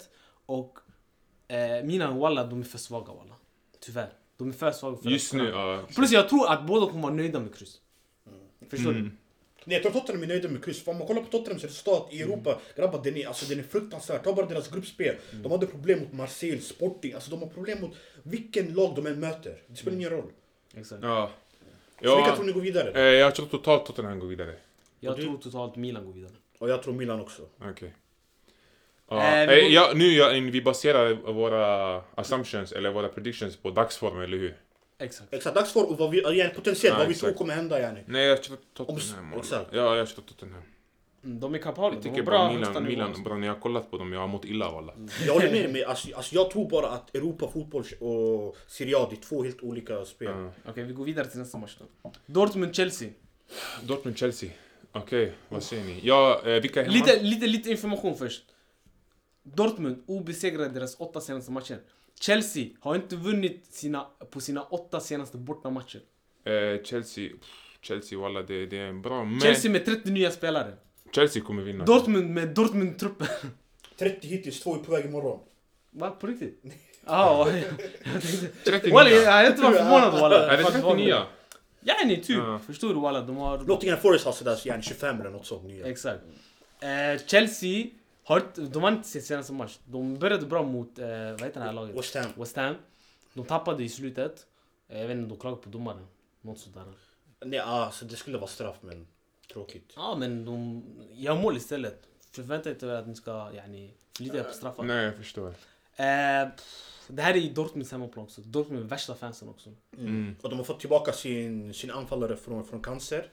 Och eh, Milan, walla, de är för svaga walla. Tyvärr. De är för svaga för
Just
att-
nu, ja.
Plus jag tror att båda kommer vara nöjda med kryss. Mm. Förstår
Mm.
du?
Nej, jag tror Tottenham är nöjda med kryss. För om man kollar på Tottenhams resultat i Europa,
Mm.
grabbar den är, alltså, den är fruktansvärd. Ta bara deras gruppspel. De hade problem mot Marseille, Sporting. Alltså, de har problem mot vilken lag de än möter. Det spelar ingen roll.
Exakt.
Ja.
Så vilka tror ni går vidare?
eh, jag tror totalt Tottenham går vidare.
Jag
du?
tror totalt Milan går vidare.
Och jag tror Milan också.
Okej.
Eh,
Ja,
vi
eh,
går-
ja, nu ja, vi baserar våra assumptions eller våra predictions på dagsform, eller hur?
Exakt.
Exakt, dagsform och vad vi, igen, potentiellt,
Ja,
vad vi
exakt.
tror kommer hända yani.
Nej, jag tror
Om-
Tottenham. och-
exakt.
Ja, jag tror Tottenham.
Mm, De är kapabla.
Jag
De har
tycker
bra
bara
högsta
Milan,
nivå.
Milan
också.
bra, när jag har kollat på dem, jag har mått illa walla.
Jag håller med dig, men alltså, alltså, jag tror bara att Europa fotboll och Serie A, det är två helt olika spel.
Ja.
Okej, vi går vidare till nästa match då. Dortmund-Chelsea.
Dortmund-Chelsea. Okej, vad säger ni? Ja, eh, vilka är hemma?
Lite, lite, lite information först. Dortmund obesegrade deras åtta senaste matcher. Chelsea har inte vunnit sina, på sina åtta senaste bortamatcher.
Eh, Chelsea, pff, Chelsea walla, det, det är en bra... Men Chelsea,
Chelsea med 30 nya spelare.
kommer vinna.
Dortmund med Dortmund-truppen.
30 hittills, två är på väg imorgon.
Va? På riktigt? Ah, ja.
39.
Walla, jag hade inte varit förvånad walla.
Är det 39?
Yani, typ.
Ja.
Förstår du walla? De har...
Nottingham Forest har sådär yani 25 eller något sånt nya.
Exakt. Eh, Chelsea har inte, de har inte sin senaste match. De började bra mot, eh, vad heter det här laget?
West Ham.
West Ham. De tappade i slutet. Eh, jag vet inte, de klagade på domaren. Något sådär.
Nej, alltså, det skulle vara straff men tråkigt.
Ja, men de gör mål istället. Förvänta er inte att ni ska yani, förlita er på straffar.
Nej, jag förstår.
Eh, pff, det här är i Dortmunds hemmaplan också. Dortmund är värsta fansen också.
Mm.
Och de har fått tillbaka sin, sin anfallare från, från cancer.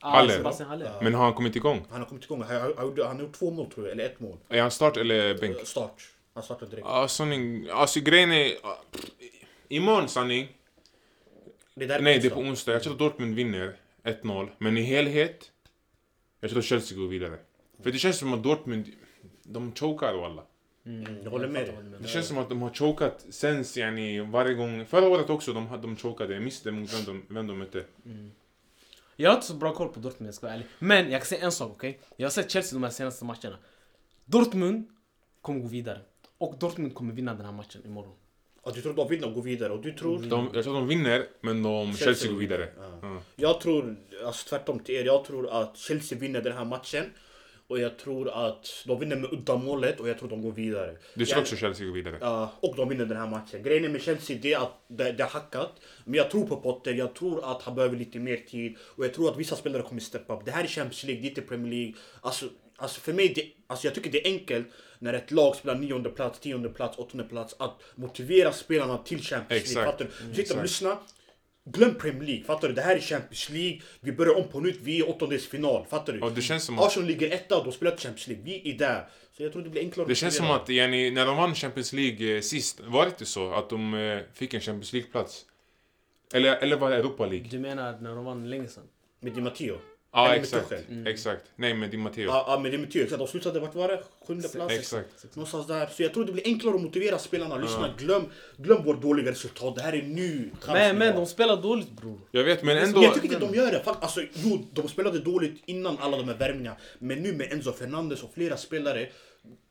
Ah,
Haller.
Sebastian Haller.
Ja.
Men har han kommit igång?
Han har kommit igång, han, han, han, han har gjort två mål tror jag, eller ett mål.
Är han start eller bänk?
Eh, Start. Han startade direkt.
Ja, sanning. Alltså grejen är... ja, pff, Imorgon sanning.
Det där
Nej, det är på
onsdag.
onsdag. Jag tror Dortmund vinner 1-0. Men i helhet, jag tror Chelsea går vidare. För det känns som att Dortmund, de chokar walla.
Mm, jag håller med
fattar vad du
dig.
menar.
Det känns som att de har chokat sen yani, varje gång. Förra året också, de, hade- de chokade. Jag missade mot vem de, vem de mötte.
Jag har inte så bra koll på Dortmund, jag ska vara ärlig. Men jag kan säga en sak, okej? Jag har sett Chelsea de här senaste matcherna. Dortmund kommer gå vidare. Och Dortmund kommer vinna den här matchen imorgon.
Ja, du tror de vinner och går vidare och du tror...
De, jag tror de vinner, men de, Chelsea, går vidare.
Ja. Jag tror, alltså tvärtom till er, jag tror att Chelsea vinner den här matchen. Och jag tror att de vinner med uddamålet och jag tror de går vidare.
Du tror
Jag-
också Chelsea går vidare?
Ja, och de vinner den här matchen. Grejen är med Chelsea det är att det, det har hackat. Men jag tror på Potter, jag tror att han behöver lite mer tid. Och jag tror att vissa spelare kommer steppa upp. Det här är Champions League, det är inte Premier League. Alltså, alltså för mig, det, alltså jag tycker det är enkelt när ett lag spelar nionde plats, tionde plats, åttonde plats. Att motivera spelarna till Champions League.
Exakt. Mm,
Fattar du? Sitta och
exakt.
lyssna. Glöm Premier League, fattar du? Det här är Champions League, vi börjar om på nytt, vi är i åttondelsfinal, fattar du?
Ja, det känns som att-
Arsenal ligger etta och de spelar Champions League, vi är där. Så jag tror det blir enklare
Det känns som
motivera.
att yani, när de vann Champions League eh, sist, var det inte så att de eh, fick en Champions League-plats? Eller, eller var det Europa League?
Du menar när de vann länge sedan?
Med Di Matteo.
Ja,
Eller med
exakt.
Tuchel.
Exakt. Nej, men Di Matteo.
Ja, ja, men det är med Tyr, exakt. De slutade, vart var det? Sjunde plats?
Exakt.
Någonstans där. Så jag tror det blir enklare att motivera spelarna. Lyssna, glöm, glöm vårt dåliga resultat. Det här är nu. chans
Men,
vi
men
har.
de spelar dåligt bror.
Jag vet, men
Men
ändå...
jag tycker inte de gör det. Fan, Alltså, jo, de spelade dåligt innan alla de här värvningarna. Men nu med Enzo Fernandes och flera spelare.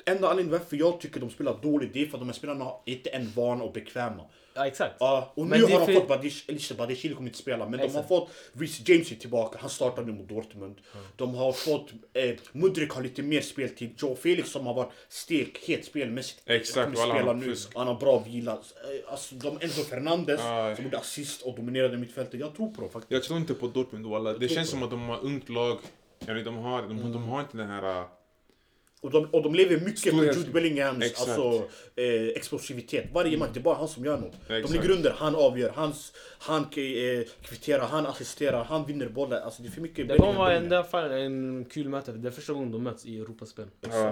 Enda anledningen varför jag tycker de spelar dåligt, det är för att de här spelarna är inte än vana och bekväma.
Ja, exakt.
Ja, och
Men
nu
det är
har de
för-
fått Badish, eller inte, Badishili kommer inte spela, men de
Exakt.
har fått Reece James är tillbaka, han startar nu mot Dortmund.
Mm.
De har fått, eh, Mudrik har lite mer speltid, Joe Felix som har varit stekhet spelmässigt.
Exakt,
kommer
och alla
spela
har
nu,
fusk.
han har bra vila. Eh, Alltså, de Enzo Fernandes
Ja.
som gjorde assist och dominerade mittfältet, jag tror på dem faktiskt.
Jag tror inte på Dortmund walla. Det
tror
känns
på
som att de har ungt lag. Yani, de, har, de, de har inte den här... eh,
Och de, och de lever mycket på
Storhet.
Jude Bellinghams
Exakt.
alltså, eh, explosivitet. Varje match, det är bara han som gör något.
Exakt.
De ligger under, han avgör, hans, han eh, kvitterar, han assisterar, han vinner bollen. Alltså, det är för mycket
Det kommer
Bellingham,
vara
Bellingham.
en, där fan, en kul möte. Det är första gången de möts i Europaspel.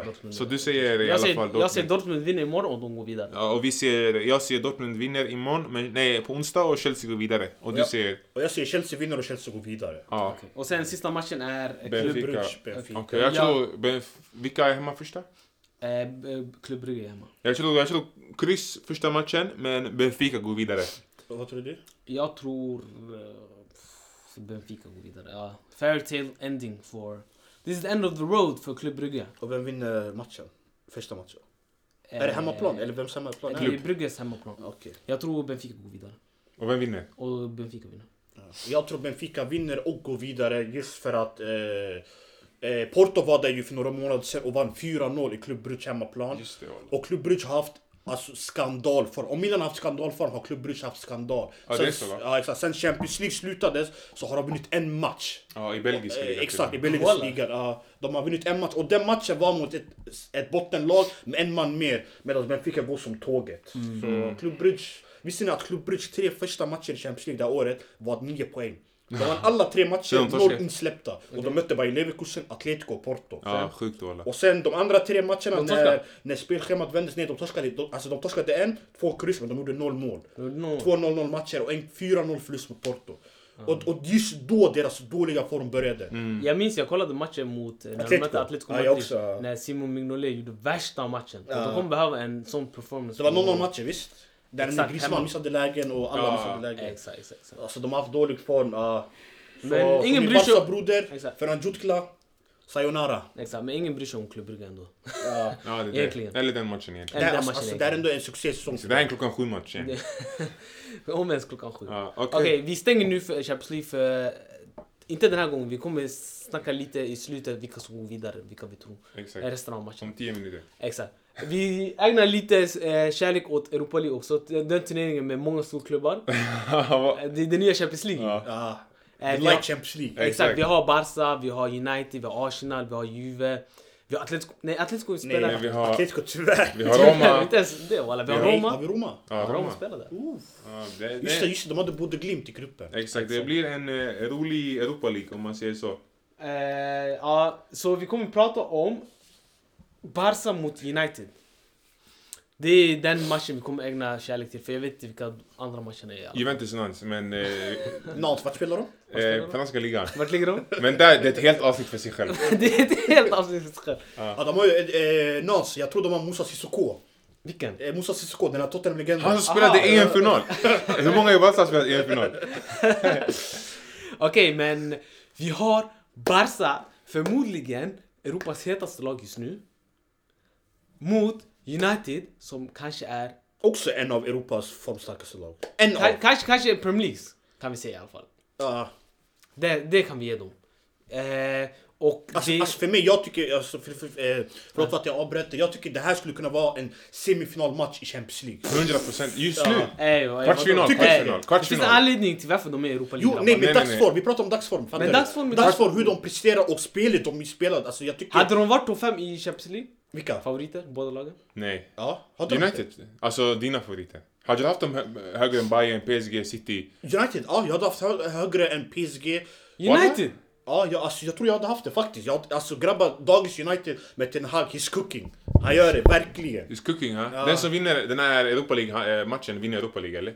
Dortmund.
Så du säger i
jag,
alla fall
säger, jag säger
Dortmund?
Dortmund vinner imorgon och de går vidare.
Ja, och vi ser, jag ser Dortmund vinner imorgon, men, nej, på onsdag och Chelsea går vidare. Och du
Ja.
ser...
Och jag säger Chelsea vinner och Chelsea går vidare.
Ja.
Okej. Och sen sista matchen är eh,
Benfica.
Klubb,
Brugge, Benfica.
Okej, jag
Ja.
tror... Benf- Vilka är hemma första?
eh, eh, Klubb Brugge hemma.
Jag tror, jag tror kryss första matchen, men Benfica går vidare.
Och Vad tror du?
Jag tror eh, pff, Benfica går vidare. Ja. Fairytale ending for... This is the end of the road för Klubb Brugge.
Och vem vinner matchen? Första matchen?
Eh,
är det hemmaplan? Eller vems hemmaplan är
Det är
det?
Brugges hemmaplan.
Okej.
Jag tror Benfica går vidare.
Och vem vinner?
Och Benfica vinner.
Ja. Jag tror Benfica vinner och går vidare just för att eh, eh, Porto var där ju för några månader sedan och vann 4-0 i Club Brugge hemmaplan.
Just det, walla.
Och Club Brugge har haft Alltså skandalform. Om Milan har haft skandalform har Club Brugge haft skandal.
Ja, det
sen,
är så, va?
ja, exakt. Sen Champions League slutades så har de vunnit en match.
Ja, i belgiska
Eh,
ligan. typ.
Exakt, i
till
belgiska ligan. ja. de har vunnit en match och den matchen var mot ett, ett bottenlag med en man mer. Medan Benfica går som tåget.
Mm.
Så Club Brugge, visste ni att Club Brugge tre första matcher i Champions League det här året var nio poäng? De vann alla tre
Så de
matcher,
tar
noll
sig.
insläppta. Och de mötte Bayer Leverkusen, Atletico och Porto.
och med. Ja, sjukt walla.
Och sen de andra tre matcherna
De
när,
torskade.
när spelschemat vändes ner, de torskade, de, alltså de torskade en, två kryss men de gjorde noll mål.
No.
Två 0-0 matcher och en 4-0 förlust mot Porto. Och, och just då deras dåliga form började.
Mm.
Mm. Jag minns jag kollade matchen mot eh, när de
Atletico.
mötte Atletico
Ja, jag också, ja.
När Simon Mignolet gjorde värsta matchen.
Ja.
De kommer behöva en sån performance.
Det var
från
0-0
honom.
matcher visst? Där
Exakt, hemma.
Griezmann missade lägen och alla
Ja,
missade lägen.
Exakt, exakt. exakt.
Alltså de har haft dålig form. ja. Så,
Men ingen
min
bryr sig-
Barca broder,
Exakt.
Ferran Jutla, sayonara.
Exakt, men ingen bryr sig om Club Brugge ändå.
Ja.
Ja, det är
Egentligen.
det. Eller den matchen
Det,
Den
egentligen.
är,
där
alltså,
matchen
alltså,
är
det är ändå en succésäsong.
Så det här är en klockan sju match igen.
Om ens klockan sju.
Ja,
Okej,
okej.
vi stänger nu för Champions League för... Inte den här gången, vi kommer snacka lite i slutet vilka som går vidare, vilka vi tror.
Exakt.
Resten av matchen.
Om tio minuter.
Exakt. Vi ägnar lite eh, kärlek åt Europa League också. Den turneringen med många storklubbar.
Vad-
Det är det nya Champions League.
Ja.
Ja.
Eh,
Det är
vi har-
like Champions League.
Eh,
Exakt,
Exakt.
vi har Barca, vi har United, vi har Arsenal, vi har Juve. Vi har Atletico... Nej, Atletico
Nej,
spelar...
vi har-
Atletico tyvärr.
Vi har Roma.
Inte ens det walla. Vi har
Har
Roma.
vi Roma?
Ja,
Roma
Roma.
spelar där.
Ja, det,
Just det,
det.
just det, de hade både Glimt i gruppen.
Exakt, det blir en eh, rolig Europa League om man säger så.
Eh, ja, så vi kommer prata om Barca mot United. Det är den matchen vi kommer ägna kärlek till, för jag vet inte vilka andra matcherna är. alla.
Juventus Nantes, men... Eh,
Nantes, vart spelar de?
eh, franska ligan.
Vart ligger de?
Men där, det är ett helt avsnitt för sig själv.
det är ett helt avsnitt för sig själv.
Ja, de har ju eh, eh, Nantes, jag tror de har Moussa Sissoko.
Vilken?
Eh, Moussa Sissoko, den här Tottenham-legenden.
Han som spelade
Aha.
i en final Hur många i Barca har spelat i en final
Okej, men vi har Barca, förmodligen Europas hetaste lag just nu. Mot United, som kanske är...
Också en av Europas formstarkaste lag. En av.
Ka- kanske, kanske är Premier League, kan vi säga i alla fall.
Ja.
Det, det kan vi ge dem. Eh, och
Alltså,
det...
alltså för mig, jag tycker, alltså, för, för, eh, förlåt för att jag avbryter, jag tycker det här skulle kunna vara en semifinalmatch i Champions League.
100% just nu.
Ja.
Ey, vad-
Kvartsfinal,
vadå?
kvartsfinal,
Ey, Eh, Det finns
kvartsfinal.
en anledning till varför de är i Europa
Jo,
League.
nej
grabbar.
men
Nej, nej, nej.
dagsform, vi pratar om dagsform, fattar
Men
du?
dagsform är-
dagsform, hur de presterar och spelet de spelar, alltså jag tycker...
Hade de varit på fem i Champions League?
Vilka?
Favoriter, båda lagen?
Nej.
Ja, hade de inte?
United, alltså dina favoriter. Hade du haft dem hö- högre än Bayern, PSG, City?
United, ja jag hade haft hö- högre än PSG.
United!
Ja, jag, alltså, jag tror jag hade haft det faktiskt. Jag, alltså grabbar, dagens United med Ten Hag, he's cooking. Han gör det, verkligen.
Is cooking, ha? Den som vinner den här Europa League-matchen vinner Europa League, eller?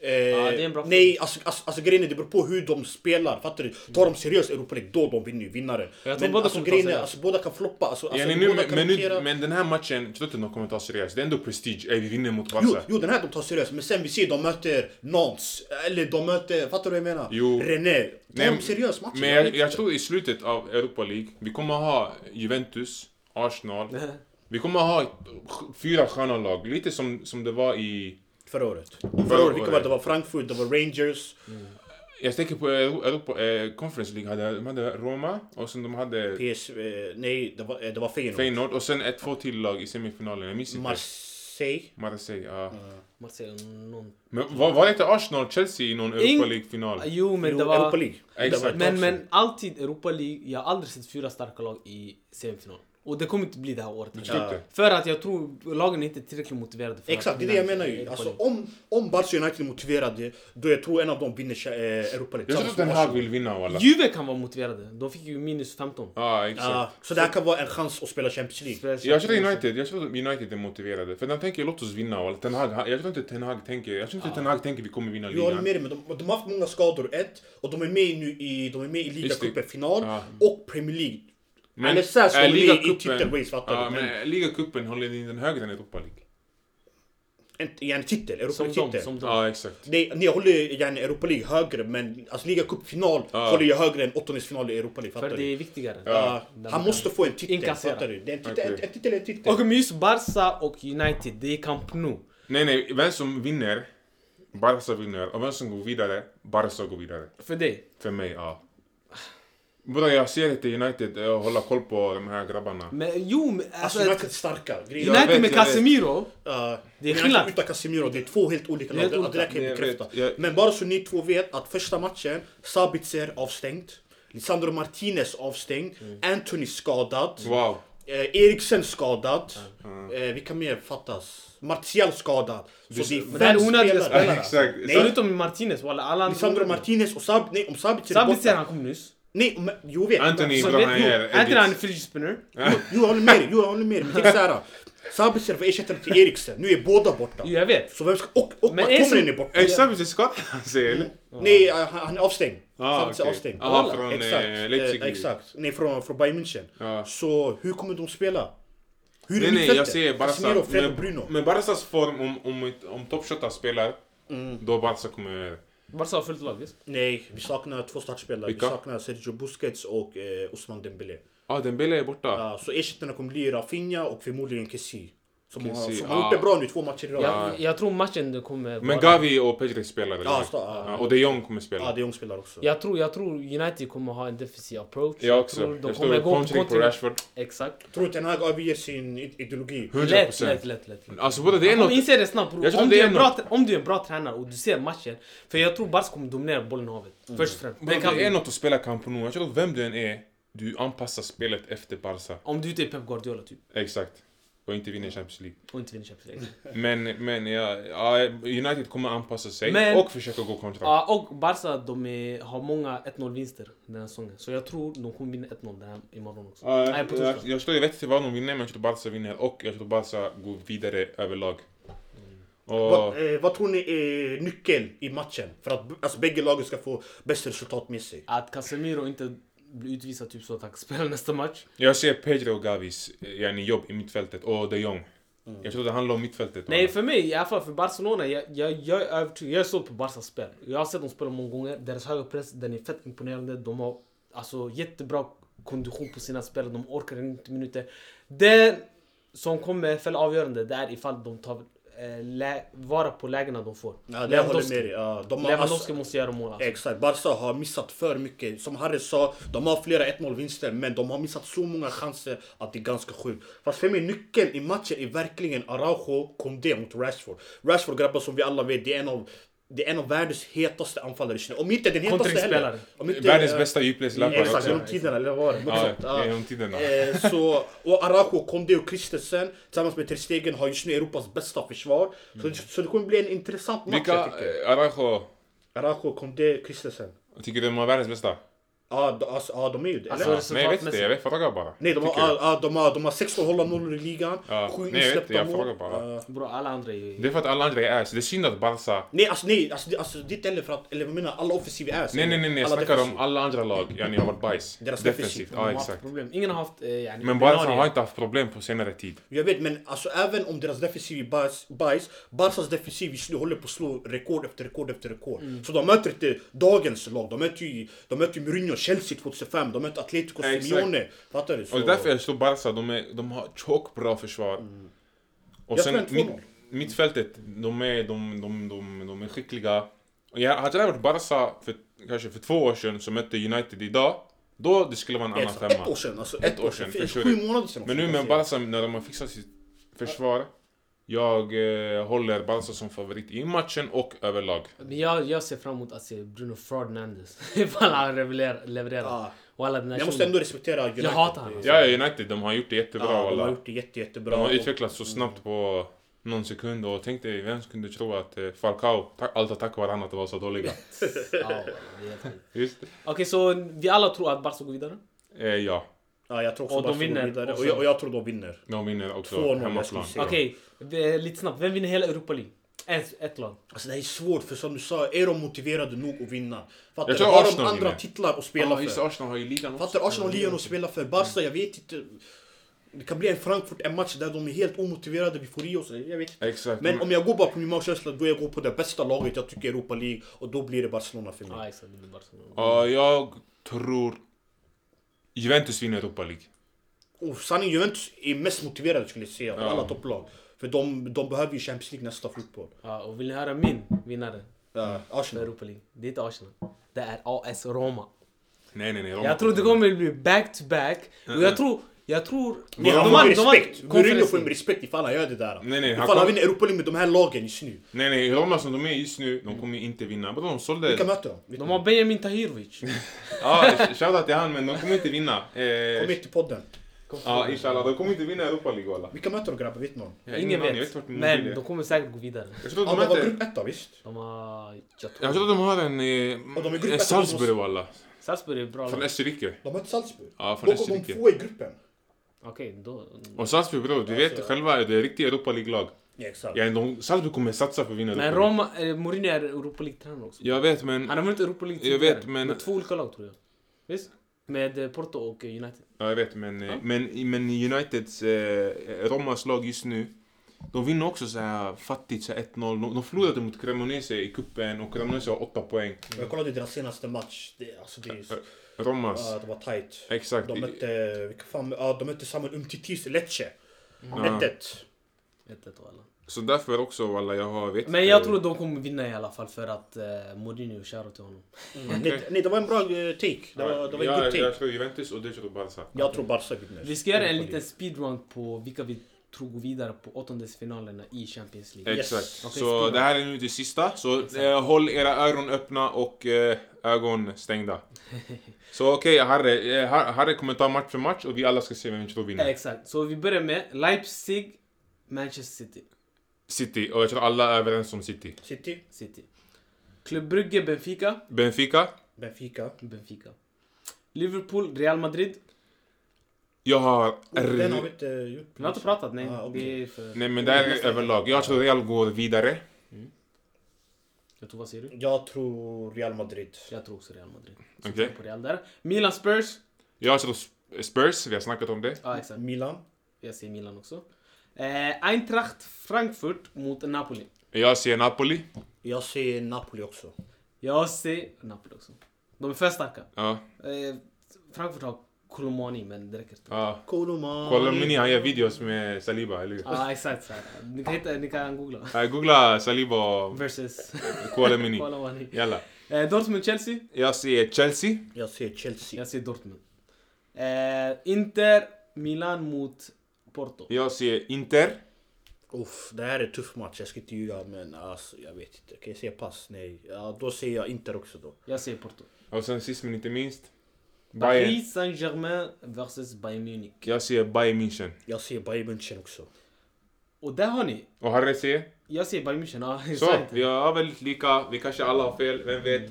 Eh,
det är en bra
nej, alltså, alltså, alltså grejen är det beror på hur de spelar. Fattar du? Tar de seriöst Europa League, då de vinner ju vinnare.
tror
Men
båda
alltså,
kommer ta
grejen är,
seriöst.
alltså båda kan floppa. Alltså,
Ja,
alltså,
ni nu,
båda kan
men, nu,
rotera.
men den här matchen, tror du inte de kommer ta seriöst? Det är ändå prestige. Ey, vi vinner mot
Jo,
Barca.
jo, den här de tar seriöst, men sen vi ser de möter Nantes, eller de möter, fattar du vad jag menar?
Jo.
René. Tar
Nej,
de seriöst matchen?
Men jag, jag tror i slutet av Europa League, vi kommer ha Juventus, Arsenal. Vi kommer ha sj- fyra sköna lag, lite som, som det var i...
Förra året. Förra
Förra
året, vilka var det?
året.
Det var Frankfurt, det var Rangers.
Jag tänker på Euro- Europa, eh, Conference League, hade, de hade Roma och sen de hade
PS, eh, nej, det var, eh, det var Feyenoord.
Feyenoord och sen ett, två till lag i semifinalen, jag minns inte.
Marseille.
Marseille, ja.
Marseille, någon...
Men var, var det inte Arsenal, Chelsea i någon Europa
Ing-
League-final?
Ah, Jo, men
jo,
det var...
Europa League.
Exakt.
Det var ett tag
Men,
sedan.
men alltid Europa League, jag har aldrig sett fyra starka lag i semifinal. Och det kommer inte bli det här året.
tror
heller.
inte?
För att jag tror lagen är inte tillräckligt motiverade för
Exakt,
att
det är det jag
vinna
menar ju.
Europa
Alltså,
League.
om, om Barca United är motiverade, då jag tror en av dem vinner eh, Europa League.
Jag tror att Den här vill vinna walla.
Juve kan vara motiverade. De fick ju minus 15.
Ja, exakt.
Ja, så det här kan vara en chans att spela Champions League.
Jag tror United, jag tror att United är motiverade. För de tänker låt oss vinna. Och Ten Hag, han- jag tror inte Ten Hag tänker, jag tror inte Ten Hag tänker vi kommer vinna
Jag håller
ligan.
med dig, men de, de har haft många skador, ett. Och de är med nu i, de är med i ligacupen final
Ja.
och Premier League.
Men
Eller så här står
är
de i- i
ligacupen-
titelrace, Typ, fattar du?
Ja, men är ligacupen håller ni den högre än Europa League?
En, en titel, Europa
Som de,
League-titel.
som de.
Ja, exakt.
Nej, nej, jag håller gärna Europa League högre, men alltså ligacupfinal
Ja.
håller jag högre än åttondelsfinal i Europa League, fattar
För
du?
det är viktigare.
Ja, han måste få en titel,
Inkassera.
fattar du? Det är en titel,
Okej.
en, en titel är en titel. Alltså,
Och med just Barca och United, det är Camp Nou.
Nej, nej, vem som vinner, Barca vinner. Och vem som går vidare, Barca går vidare.
För dig.
För mig, ja. Bror jag ser inte United eh, hålla koll på de här grabbarna.
Men jo, men, alltså,
Alltså United är starka. Grejen.
Jag
United
vet,
med
jag vet.
Casemiro.
Uh,
Det är skillnad.
Utan Casemiro, det är två helt olika
Det är
lag.
helt
Det, det där kan
olika.
jag
Jag
bekräfta.
vet, jag-
Men bara så ni två vet att första matchen, Sabitzer avstängd. Lisandro Martinez avstängd.
Mm.
Anthony skadad.
Wow.
Eh, Eriksen skadad. Eh, vilka mer fattas? Martial skadad. Så det är
Men
fem
det är onödiga
spelare.
spelare.
Exakt.
Nej, Förutom Martinez, walla. Alla andra-
Lisandro Martinez och Sab nej, om Sabitzer är
Sabitzer
borta.
han kom nyss.
Nej, om, jo vet.
Anthony
Så
Ibrahim
vet nog-
är
Är inte han en
edit.
fidget spinner?
Jo, jag håller med dig. Jo, jag håller med dig. Men tänk såhär. Sabitzer var ersättare till Eriksen. Nu är båda borta.
Jo, jag vet.
Så vem ska... Och, och
Men
Martonen
Eriksen-
är borta.
Exakt, det skadade han sig eller?
Nej, han, han är avstängd.
Ah,
Sabitzer är
okej.
avstängd.
Ah, Alla. från, eh,
Eh,
Leipzig.
Exakt. Nej, från, från Bayern München.
Ja.
Så hur kommer de spela? Hur
Nej nej, jag
mittfältet?
ser
Casemiro,
Barca.
Fred och Bruno.
Men, men Barcas form, om, om, om toppshotar spelar,
Mm.
då Barca kommer...
Barca har fullt lag, visst?
Nej, vi saknar två startspelare.
Vilka?
Vi saknar Sergio Busquets och eh, Osman Dembélé.
Ah, Dembele är borta.
Ja, så ersättarna kommer bli Rafinha och förmodligen Kessie. Som, har,
Kessie,
som har gjort
ja.
det bra nu två matcher i rad. Ja,
Jag, jag tror matchen det kommer
Men
vara...
Gavi och Pedri spelar eller?
Ja, sta- ja.
Ja, Och de Jong kommer spela.
det är ungspelare också.
Jag tror, jag tror United kommer ha en defensiv approach.
Jag också.
tror de
Jag
kommer
står
gå
kontring på
kontring.
Rashford.
Exakt.
Tror du Ten Hag överger sin i- ideologi?
100%.
Lätt, lätt, lätt. lätt.
Alltså bror, det är
Kom,
något...
inse det snabbt bror.
Jag tror
Om,
det
du är
är
en bra, om du är en bra tränare och du ser matchen. För jag tror Barca kommer dominera bollen i havet. Först och främst. Det
Bror,
kan
det är
vi.
något att spela Camp Nou. Jag tror att vem du än är, du anpassar spelet efter Barca.
Om du inte är Pep Guardiola typ.
Exakt. Och inte vinner Champions League.
Och inte vinner Champions League.
Men, men ja, ja, United kommer anpassa sig
Men-
och försöka gå kontra.
Ja, och Barca de är, har många 1-0 vinster den här säsongen. Så jag tror de kommer vinna 1-0 den här imorgon också.
Ja,
Nej,
jag,
på
jag,
torsdag.
jag, står- jag vet inte vad de vinner, men jag tror Barca vinner och jag tror Barca går vidare överlag. Och,
Mm. Vad, eh, vad tror ni är nyckeln i matchen? För att b- alltså, bägge lagen ska få bästa resultat med sig.
Att Casemiro inte blir utvisad typ så tack spel nästa match.
jag ser Pedro och Gavis eh, yani, jobb i mittfältet och de Jong.
Mm.
Jag tror det handlar om mittfältet.
Nej
bara.
för mig, i alla fall för Barcelona, jag, jag, jag är övertygad. Jag är såld på Barcas spel. Jag har sett dem spela många gånger. Deras höga press, den är fett imponerande. De har alltså jättebra kondition på sina spelare. De orkar i 90 minuter. Det som kommer fälla avgörande, det är ifall de tar eh, lä- vara på lägena de får.
Ja, det jag håller
Lewandowski.
med dig. Ja, de har,
Lewandowski
alltså,
måste göra mål alltså.
exakt, Barca har missat för mycket. Som Harry sa, de har flera 1-0 vinster men de har missat så många chanser att det är ganska sjukt. Fast för mig nyckeln i matchen är verkligen Araujo Kondé mot Rashford. Rashford grabbar som vi alla vet, det är en av det är en av världens hetaste anfallare just nu. Om inte den hetaste
Kontringsspelare.
heller. Om inte,
Världens
eh,
bästa djupledslappare
Exakt,
också.
genom tiderna eller vad var det? Något
Ja,
sånt, ja.
genom tiderna.
Eh, så, och Araujo, Konde och Christensen tillsammans med Ter Stegen har just nu Europas bästa försvar. Så, så det kommer bli en intressant match
Vilka,
jag tycker.
eh, Araujo,
Araujo, Konde, Christensen.
tycker du de har världens bästa?
Ja, de- alltså, ja, de är ju det. Eller?
Alltså,
Ja.
Nej jag vet inte,
Resultatmässigt.
jag vet, frågar bara.
Nej, de har,
Tycker jag.
ja, ja, de har, de har 16 hålla nollor i ligan,
Ja,
7
nej, jag vet,
insläppta
jag
mål.
frågar bara.
Ja.
Bro, alla andra är ju...
Det är för att alla andra är ass. Det är synd att Barca
nej, alltså, nej alltså, det, alltså, det är inte heller för att, eller vad menar jag, alla offensiva är så.
Nej, nej, nej, nej. jag
Alla
snackar om
defensiva.
alla andra lag. Ja, ni har varit bajs.
Deras
Defensivt,
defensiv.
de har
ja
haft
exakt.
Problem. Ingen har haft... Eh, yani,
Men Barca
ordinarie.
har inte haft problem på senare tid.
Jag vet, men alltså, även om deras defensiv är bajs, bajs Barcas defensiv just nu håller på att slå rekord efter rekord efter rekord.
Mm.
Så de möter inte dagens lag. De möter ju, de möter ju Mourinho, Chelsea 2005, de möter Atletico
Exakt.
Simeone. Fattar du? Så, Mm.
Och det är därför jag tror Barca, de, är, de har tjockt bra försvar. Och
Jag
sen
tror
mitt,
en 2-0.
mittfältet, de är, de, de, de, de är skickliga. Och jag, hade det här varit Barca för kanske för två år sedan som mötte United idag, då det skulle vara en annan
Ett, ett år
femma.
sedan, alltså.
Ett år sedan,
För-
förstår
Sju
du.
månader sedan.
Men nu
också,
med
alltså. kan jag
Barca, när de har fixat sitt försvar, jag eh, håller Barca som favorit i matchen och överlag.
Men jag, jag ser fram emot att se Bruno Fernandes. Ifall han levererar. levererar.
Ja.
Och alla den
säga.
här
Jag måste
tjonen.
ändå respektera United.
Jag hatar honom.
Ja, ja, United, de har gjort det jättebra.
Ja, de
alla.
har gjort det jätte, jättebra.
De har
Och-
utvecklats så snabbt på någon sekund och tänk dig, vem skulle tro att eh, Falcao, ta- allt var tack vare han att de var så dåliga.
Ja, det är helt sjukt.
Just.
Okej, så vi alla tror att Barca går vidare?
Eh, ja,
Ja, jag tror också
Och de
Barca går
vinner
vidare.
också.
Och jag, och jag tror de vinner.
de vinner också
2-0, jag
hemmaplan.
skulle säga. Ja.
Okej, vi- lite snabbt. Vem vinner hela Europa League? Ett, ett lag.
Alltså det här är svårt för som du sa, är de motiverade nog att vinna?
Jag
Fattar du?
tror
Har de
Arsenal
andra
vinner.
titlar att spela
Ja, just
för?
det, Arsenal har ju ligan också.
Fattar du? Arsenal ligan att spela för.
Mm.
Barca, jag vet inte. Det kan bli en Frankfurt, en match där de är helt omotiverade, vi får i oss. Jag vet inte.
Exakt.
Men om jag går bara på min magkänsla, då jag går på det bästa laget jag tycker i Europa League. Och då blir det Barcelona för
Ja,
mig.
exakt. Det blir Barcelona.
Ja, jag tror Juventus vinner Europa League.
Och sanningen, Juventus är mest motiverade skulle jag säga, av
Ja.
alla topplag. För de, de behöver ju Champions League nästa fotboll.
Ja, och vill ni höra min vinnare
Ja,
för
Mm.
Arsenal.
Europa League? Det är inte Arsenal. Det är AS Roma.
Nej, nej, nej. Roma
Jag tror det kommer bli back-to-back. Och jag tror... Jag tror...
Men han får ju respekt. Mourinho får ju respekt ifall han gör det där.
Nej, nej, han
ifall han
kom-
vinner Europa League med de här lagen just nu.
Nej, nej. Roma som de är just nu, de kommer inte vinna. Bro, de sålde...
Vilka möter de?
De har Benjamin Tahirovic.
Ja, shoutout till han, men de kommer inte vinna. Eh,
Kom hit till podden.
ja, inshallah. De kommer inte vinna Europa League, walla.
Vilka möter de grabbar? Vet någon?
Jag har
Ingen
aning, jag vet
vet.
inte vart min mobil
Men
är.
de kommer säkert gå vidare.
Jag tror
Ja,
att
de
de
var
möter...
grupp 1 visst?
De har... Jag
Jag
tror...
tror att de har en...
Och de är
eh,
grupp
En
ett,
Salzburg,
de
walla.
Salzburg är bra.
Från
lag.
Österrike.
De möter Salzburg.
Ja, från
de kom de
Österrike.
två i gruppen.
Okej, då...
Och Salzburg, bror, du vet själva, det är riktiga Europa League-lag.
Ja, exakt.
Ja, de, Salzburg kommer satsa för att vinna
Men
Europa League.
Roma... eh, Mourinho är Europa League-tränare också.
Jag vet, men...
Han har vunnit Europa League
Jag
tidigare.
vet, men-
Med två olika lag tror jag. Visst? Med eh, Porto och eh, United.
Ja, jag vet, men, eh, men, men Uniteds, eh, Romas lag just nu, de vinner också så här fattigt, så här 1-0. De, de förlorade mot Cremonese i cupen och Cremonese har 8 poäng.
Jag kollade deras senaste match. Det, alltså, det, är,
Romas,
ja, det var tight.
exakt.
De mötte, vilka fan, ja, de mötte Samuel Umtitis Lecce. 1-1.
Vet inte vad alla.
Så därför också, walla, jag har... Vet
Men
inte.
jag tror de kommer vinna i alla fall för att eh, Mourinho shoutout till honom.
Nej, nej, det var en bra eh, take. Det var, det var en
Mm. ja,
good take.
Jag tror Juventus och du tror Barca.
Jag tror Barca vinner.
Vi ska göra en liten speedrun på vilka vi tror går vidare på åttondelsfinalerna i Champions League.
Yes.
Exakt.
Okej,
Så
skriv.
det här är nu det sista. Så eh, håll era öron öppna och eh, ögon stängda. Så okej, Harry. Eh, Har- Harry kommer ta match för match och vi alla ska se vem vi tror vinner.
Exakt. Så vi börjar med Leipzig, Manchester City.
City. Och jag tror alla är överens om City.
City,
City. Club Brugge, Benfica.
Benfica.
Benfica.
Benfica. Liverpool, Real Madrid.
Jag har...
Oh, Den har vi inte eh, gjort.
Vi har inte pratat, nej.
Ah, okej.
Det är för...
Nej men det här är överlag. Jag tror Real går vidare.
Jag tror, vad säger du?
Jag tror Real Madrid.
Jag tror också Real Madrid. Så
Okej.
jag tror på Real där. Milan, Spurs.
Jag tror Sp- Spurs. Vi har snackat om det.
Ja, exakt.
Milan.
Jag ser Milan också. Eh, Eintracht Frankfurt mot Napoli.
Jag ser Napoli.
Jag ser Napoli också.
Jag ser Napoli också. De är för starka.
Ja.
Eh, Frankfurt har Kolomani, men det räcker inte.
ja.
Kolomani.
Kolla mini, han gör videos med Saliba, eller hur?
Ah.
Ja, Ah, exakt. Så här. Ni, kan hitta, ni kan googla.
Eh, Googla Saliba och
Versus
Kola mini.
Kolomani.
Jalla.
Eh, Dortmund-Chelsea.
Jag ser Chelsea.
Jag ser Chelsea.
Jag ser Dortmund. Eh, Inter, Milan mot Porto.
Jag ser Inter.
Uff, det här är en tuff match. Jag ska inte ljuga men alltså, jag vet inte. Kan jag säga pass? Nej. Ja, då ser jag Inter också då.
Jag ser Porto.
Och sen sist men inte minst. Bayern.
Paris Saint-Germain versus Bayern Munich.
Jag ser Bayern München.
Jag ser Bayern München också.
Och där har ni.
Och Harry ser?
Jag ser Bayern München. Ja,
Så,
exakt.
vi har väldigt lika. Vi kanske alla har fel, vem vet?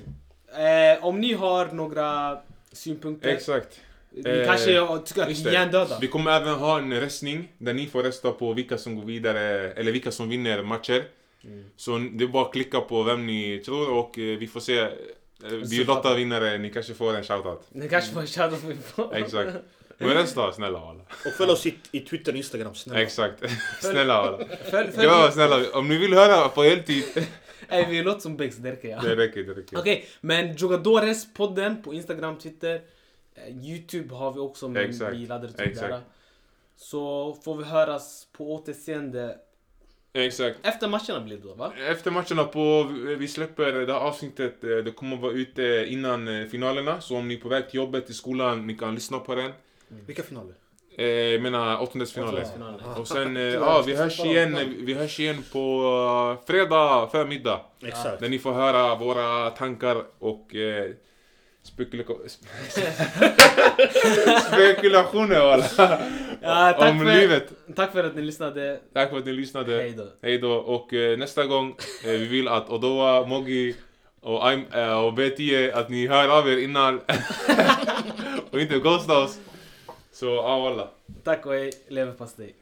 Eh, om ni har några synpunkter.
Exakt.
Ni
Eh,
kanske jag tycker att vi
Just
är
det.
hjärndöda.
Vi kommer även ha en röstning där ni får rösta på vilka som går vidare eller vilka som vinner matcher.
Mm.
Så det är bara att klicka på vem ni tror och eh, vi får se. Eh, Vi
Resultat.
lottar vinnare, ni kanske får en shoutout.
Ni kanske får en shoutout för ifrån.
Exakt. Men rösta snälla alla.
Och följ oss i, i Twitter och Instagram snälla.
Exakt. Snälla alla.
Följ, följ.
Ja, snälla. Om ni vill höra på heltid.
Eh, vi låter som Bex, det räcker ja.
Det räcker, det räcker.
Okej, men Jogadores-podden på Instagram, Twitter, eh, Youtube har vi också men
Exakt,
vi laddar inte
exakt.
där. Så får vi höras på återseende
Exakt.
efter matcherna blir det då va?
Efter matcherna på, vi släpper det här avsnittet, eh, det kommer vara ute innan eh, finalerna. Så om ni är på väg till jobbet, till skolan, ni kan lyssna på den.
Vilka finaler?
Eh, Jag menar åttondelsfinaler.
Åttondelsfinaler.
Och sen, eh, ja, vi hörs igen, vi hörs igen på eh, fredag förmiddag.
Exakt.
Där ni får höra våra tankar och eh, spekula- spekulationer walla.
Ja, tack,
Om
för,
livet.
tack för att ni lyssnade.
Tack för att ni lyssnade.
Hej då.
Hej då. Och eh, nästa gång, eh, vi vill att Odoa, Mogi och, I'm, eh, och B10, att ni hör av er innan. och inte ghosta oss. Så, ja ah, walla.
Tack och hej, leverpastej.